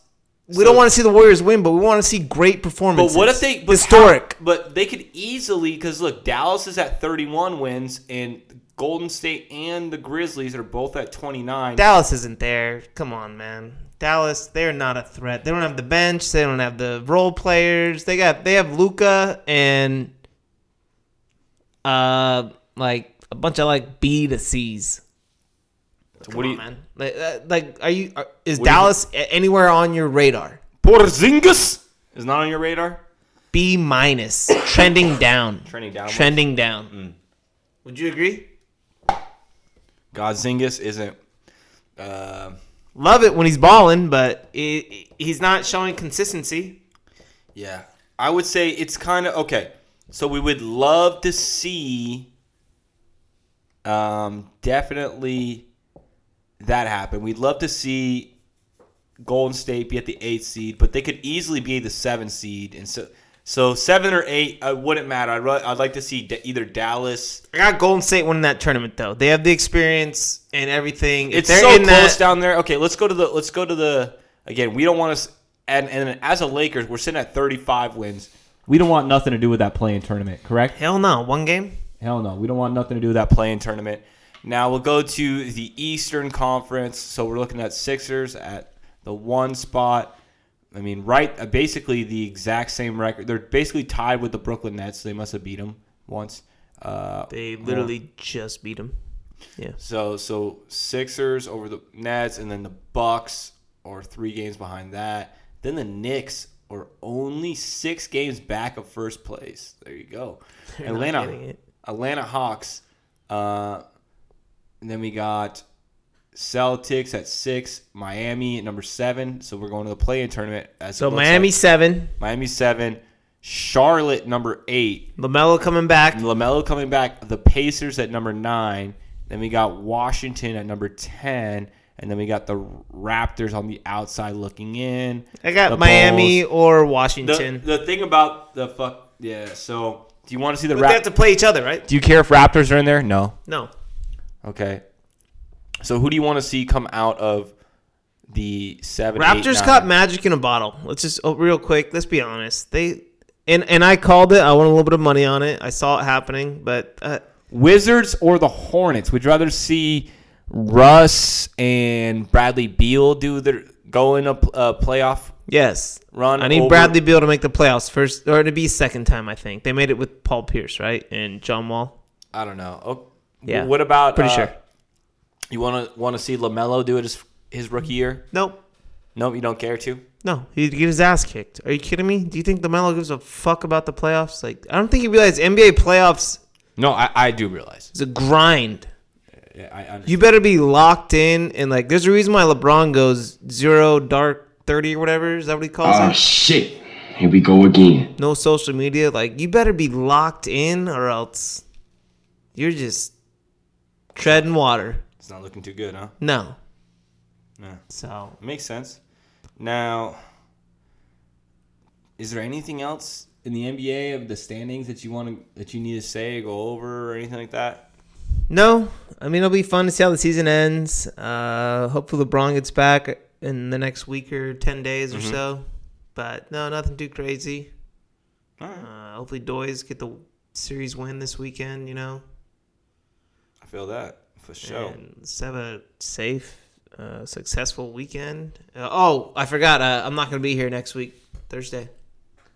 [SPEAKER 2] We
[SPEAKER 1] So-
[SPEAKER 2] don't want to see the Warriors win, but we want to see great
[SPEAKER 1] But
[SPEAKER 2] performances.
[SPEAKER 1] what if they but
[SPEAKER 2] historic?
[SPEAKER 1] how- but they could easily because look, Dallas is at 31 wins, and Golden State and the Grizzlies are both at 29.
[SPEAKER 2] Dallas isn't there. Come on, man. Dallas, they're not a threat. They don't have the bench. They don't have the role players. They got they have Luca and uh like a bunch of like B to C's.
[SPEAKER 1] what do you,
[SPEAKER 2] Man, like, uh, like are you are, is Dallas a- anywhere on your radar?
[SPEAKER 1] Porzingis is not on your radar.
[SPEAKER 2] B minus, trending down,
[SPEAKER 1] Trending down. Mm.
[SPEAKER 2] trending down. Would you agree?
[SPEAKER 1] Godzingis isn't. Uh,
[SPEAKER 2] Love it when he's balling, but i he's not showing consistency.
[SPEAKER 1] yeah, I would say it's kind of okay. So we would love to see, um, definitely that happen. We'd love to see Golden State be at the eighth seed, but they could easily be the seventh seed, and so. So seven or eight, uh, wouldn't matter. I'd, ru- I'd like to see da- either Dallas.
[SPEAKER 2] I got Golden State winning that tournament though. They have the experience and everything. If
[SPEAKER 1] It's so close
[SPEAKER 2] that,
[SPEAKER 1] down there. Okay, let's go to the let's go to the again. We don't want to. And and as a Lakers, we're sitting at 35 wins.
[SPEAKER 10] We don't want nothing to do with that playing tournament, correct?
[SPEAKER 2] Hell no, one game.
[SPEAKER 10] Hell no, we don't want nothing to do with
[SPEAKER 1] That
[SPEAKER 10] that.
[SPEAKER 1] playing tournament. Now we'll go to the Eastern Conference. So we're looking at Sixers at the one spot. I mean, right, uh, basically the exact same record. They're basically tied with the Brooklyn Nets. So they must have beat them once. Uh,
[SPEAKER 2] They literally just beat him.
[SPEAKER 1] So so Sixers over the Nets, and then the Bucks are three games behind that. Then the Knicks are only six games back of first place. There you go.
[SPEAKER 2] getting
[SPEAKER 1] Atlanta
[SPEAKER 2] it.
[SPEAKER 1] Atlanta Hawks. Uh, and then we got Celtics at six, Miami at number seven. So we're going to the play-in tournament. As it
[SPEAKER 2] So
[SPEAKER 1] looks like.
[SPEAKER 2] Miami seven,
[SPEAKER 1] Miami seven, Charlotte number eight.
[SPEAKER 2] Lamelo coming back.
[SPEAKER 1] LaMelo coming back, the Pacers at number nine. Then we got Washington at number 10. And then we got the Raptors on the outside looking in.
[SPEAKER 2] I got
[SPEAKER 1] The
[SPEAKER 2] Miami
[SPEAKER 1] Bulls.
[SPEAKER 2] or
[SPEAKER 1] The,
[SPEAKER 2] Washington.
[SPEAKER 1] the thing about the fuck. Yeah, so do you want to see the
[SPEAKER 2] but they have
[SPEAKER 1] Raptors?
[SPEAKER 2] to play each other, right?
[SPEAKER 1] do you care if Raptors are in there? No.
[SPEAKER 2] No.
[SPEAKER 1] Okay. So who do you want to see come out of the seven? eight,
[SPEAKER 2] Raptors
[SPEAKER 1] nine?
[SPEAKER 2] caught magic in a bottle. Let's just oh, real quick. Let's be honest. They and and I called it. I won a little bit of money on it. I saw it happening, but uh,
[SPEAKER 1] Wizards or the Hornets? Would you rather see Russ and Bradley Beal do their go in a pl- uh, playoff
[SPEAKER 2] yes,
[SPEAKER 1] Run
[SPEAKER 2] I need
[SPEAKER 1] over-
[SPEAKER 2] Bradley Beal to make the playoffs first, or to be second time. I think they made it with Paul Pierce, right, and John Wall.
[SPEAKER 1] I don't know. Oh,
[SPEAKER 2] Yeah,
[SPEAKER 1] What about?
[SPEAKER 2] pretty
[SPEAKER 1] uh,
[SPEAKER 2] sure.
[SPEAKER 1] You want to want to see Lamelo do it his his rookie year?
[SPEAKER 2] Nope.
[SPEAKER 1] No, you don't care to.
[SPEAKER 2] No, he'd get his ass kicked. Are you kidding me? Do you think Lamelo gives a fuck about the playoffs? Like, I don't think he realized NBA playoffs
[SPEAKER 1] No, I, I do realize.
[SPEAKER 2] is a grind.
[SPEAKER 1] Yeah, I, I,
[SPEAKER 2] You better be locked in and like. There's a reason why LeBron goes zero dark thirty or whatever. Is that what he calls
[SPEAKER 6] Ah,
[SPEAKER 2] it?
[SPEAKER 6] shit. Here we go again.
[SPEAKER 2] no social media. Like you better be locked in or else you're just treading water.
[SPEAKER 1] it's not looking too good, huh?
[SPEAKER 2] No.
[SPEAKER 1] Yeah.
[SPEAKER 2] So
[SPEAKER 1] Makes sense. Now, is there anything else in the NBA of the standings that you want to that you need to say, go over, or anything like that?
[SPEAKER 2] no, I mean it'll be fun to see how the season ends. Uh, hopefully LeBron gets back in the next week or ten days
[SPEAKER 1] Mm-hmm.
[SPEAKER 2] or so. But no, nothing too crazy.
[SPEAKER 1] All right.
[SPEAKER 2] Uh, hopefully Doys get the series win this weekend. You know.
[SPEAKER 1] I feel that. for sure.
[SPEAKER 2] And let's have a safe, uh, successful weekend. Uh, oh, I forgot. Uh, I'm not going to be here next week, Thursday.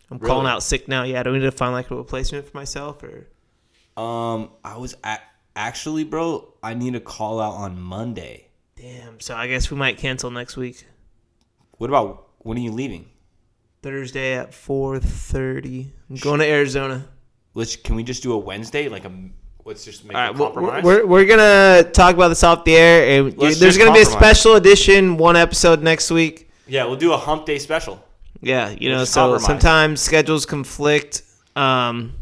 [SPEAKER 2] I'm calling out sick now. Yeah, do we need to find like a replacement for myself or?
[SPEAKER 1] Um, I was a actually, bro. I need a call out on Monday.
[SPEAKER 2] Damn. So I guess we might cancel next week.
[SPEAKER 1] What about when are you leaving?
[SPEAKER 2] Thursday at 4:30. I'm going to Arizona.
[SPEAKER 1] Let's can we just do a Wednesday? Like a let's just make
[SPEAKER 2] All
[SPEAKER 1] a
[SPEAKER 2] right, well, we're,
[SPEAKER 1] compromise.
[SPEAKER 2] we're, we're gonna talk about this off the air, and
[SPEAKER 1] Let's
[SPEAKER 2] there's
[SPEAKER 1] just
[SPEAKER 2] gonna be a
[SPEAKER 1] compromise.
[SPEAKER 2] special edition, one episode next week.
[SPEAKER 1] yeah, we'll do a Hump Day special.
[SPEAKER 2] Yeah, you know,
[SPEAKER 1] just
[SPEAKER 2] so
[SPEAKER 1] compromise.
[SPEAKER 2] sometimes schedules conflict. Um,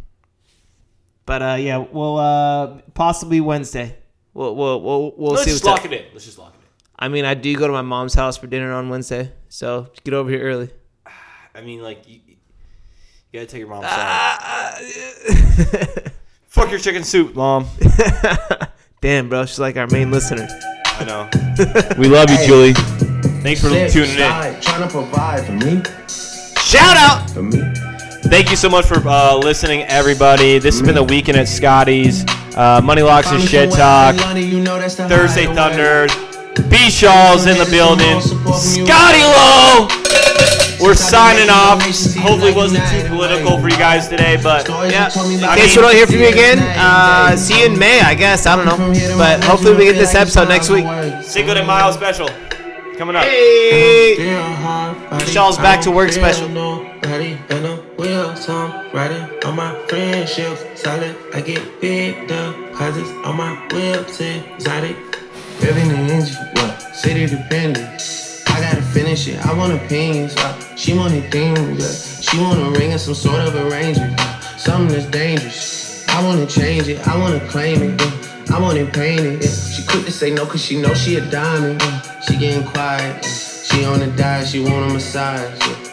[SPEAKER 2] but uh, yeah, we'll uh, possibly Wednesday. We'll we'll we'll, we'll
[SPEAKER 1] Let's
[SPEAKER 2] see
[SPEAKER 1] just
[SPEAKER 2] what's
[SPEAKER 1] lock
[SPEAKER 2] up.
[SPEAKER 1] it in. Let's just lock it
[SPEAKER 2] I mean, I do go to my mom's house for dinner on Wednesday, so get over here early.
[SPEAKER 1] in. I mean, like you, you gotta take your mom's side. Fuck your chicken soup, mom.
[SPEAKER 2] Damn, bro, she's like our main listener.
[SPEAKER 1] I know.
[SPEAKER 11] We love you, Julie. Thanks for
[SPEAKER 1] Tuning in.
[SPEAKER 12] Trying to provide for me,
[SPEAKER 1] Shout out.
[SPEAKER 12] for me.
[SPEAKER 1] Thank you so much for uh, listening, everybody. This has been the weekend at Scotty's. Uh, Money Locks and Shit Talk. Thursday Thunder. B Shaw's in the building. Scotty Low. We're signing off. Hopefully, it wasn't too political for you guys today, but
[SPEAKER 12] Yeah.
[SPEAKER 1] I
[SPEAKER 2] In case
[SPEAKER 1] mean-
[SPEAKER 2] we don't hear from you again, uh, see you in May, I guess. I don't know, but hopefully we get this episode next week.
[SPEAKER 1] Cinco de Mayo special coming up.
[SPEAKER 2] Hey.
[SPEAKER 12] Shaw's back to work special. I get big deposits on my whips exotic. Living in Indy, what? City dependent. I gotta finish it. I want opinions. uh, She wanted things. uh, She want a ring and some sort of arrangement. uh, Something that's dangerous. I wanna change it. I wanna claim it. uh, I want it painted. yeah. She quick to say no cause she know she a diamond. uh, She getting quiet. uh, She on the diet. She want a massage. yeah.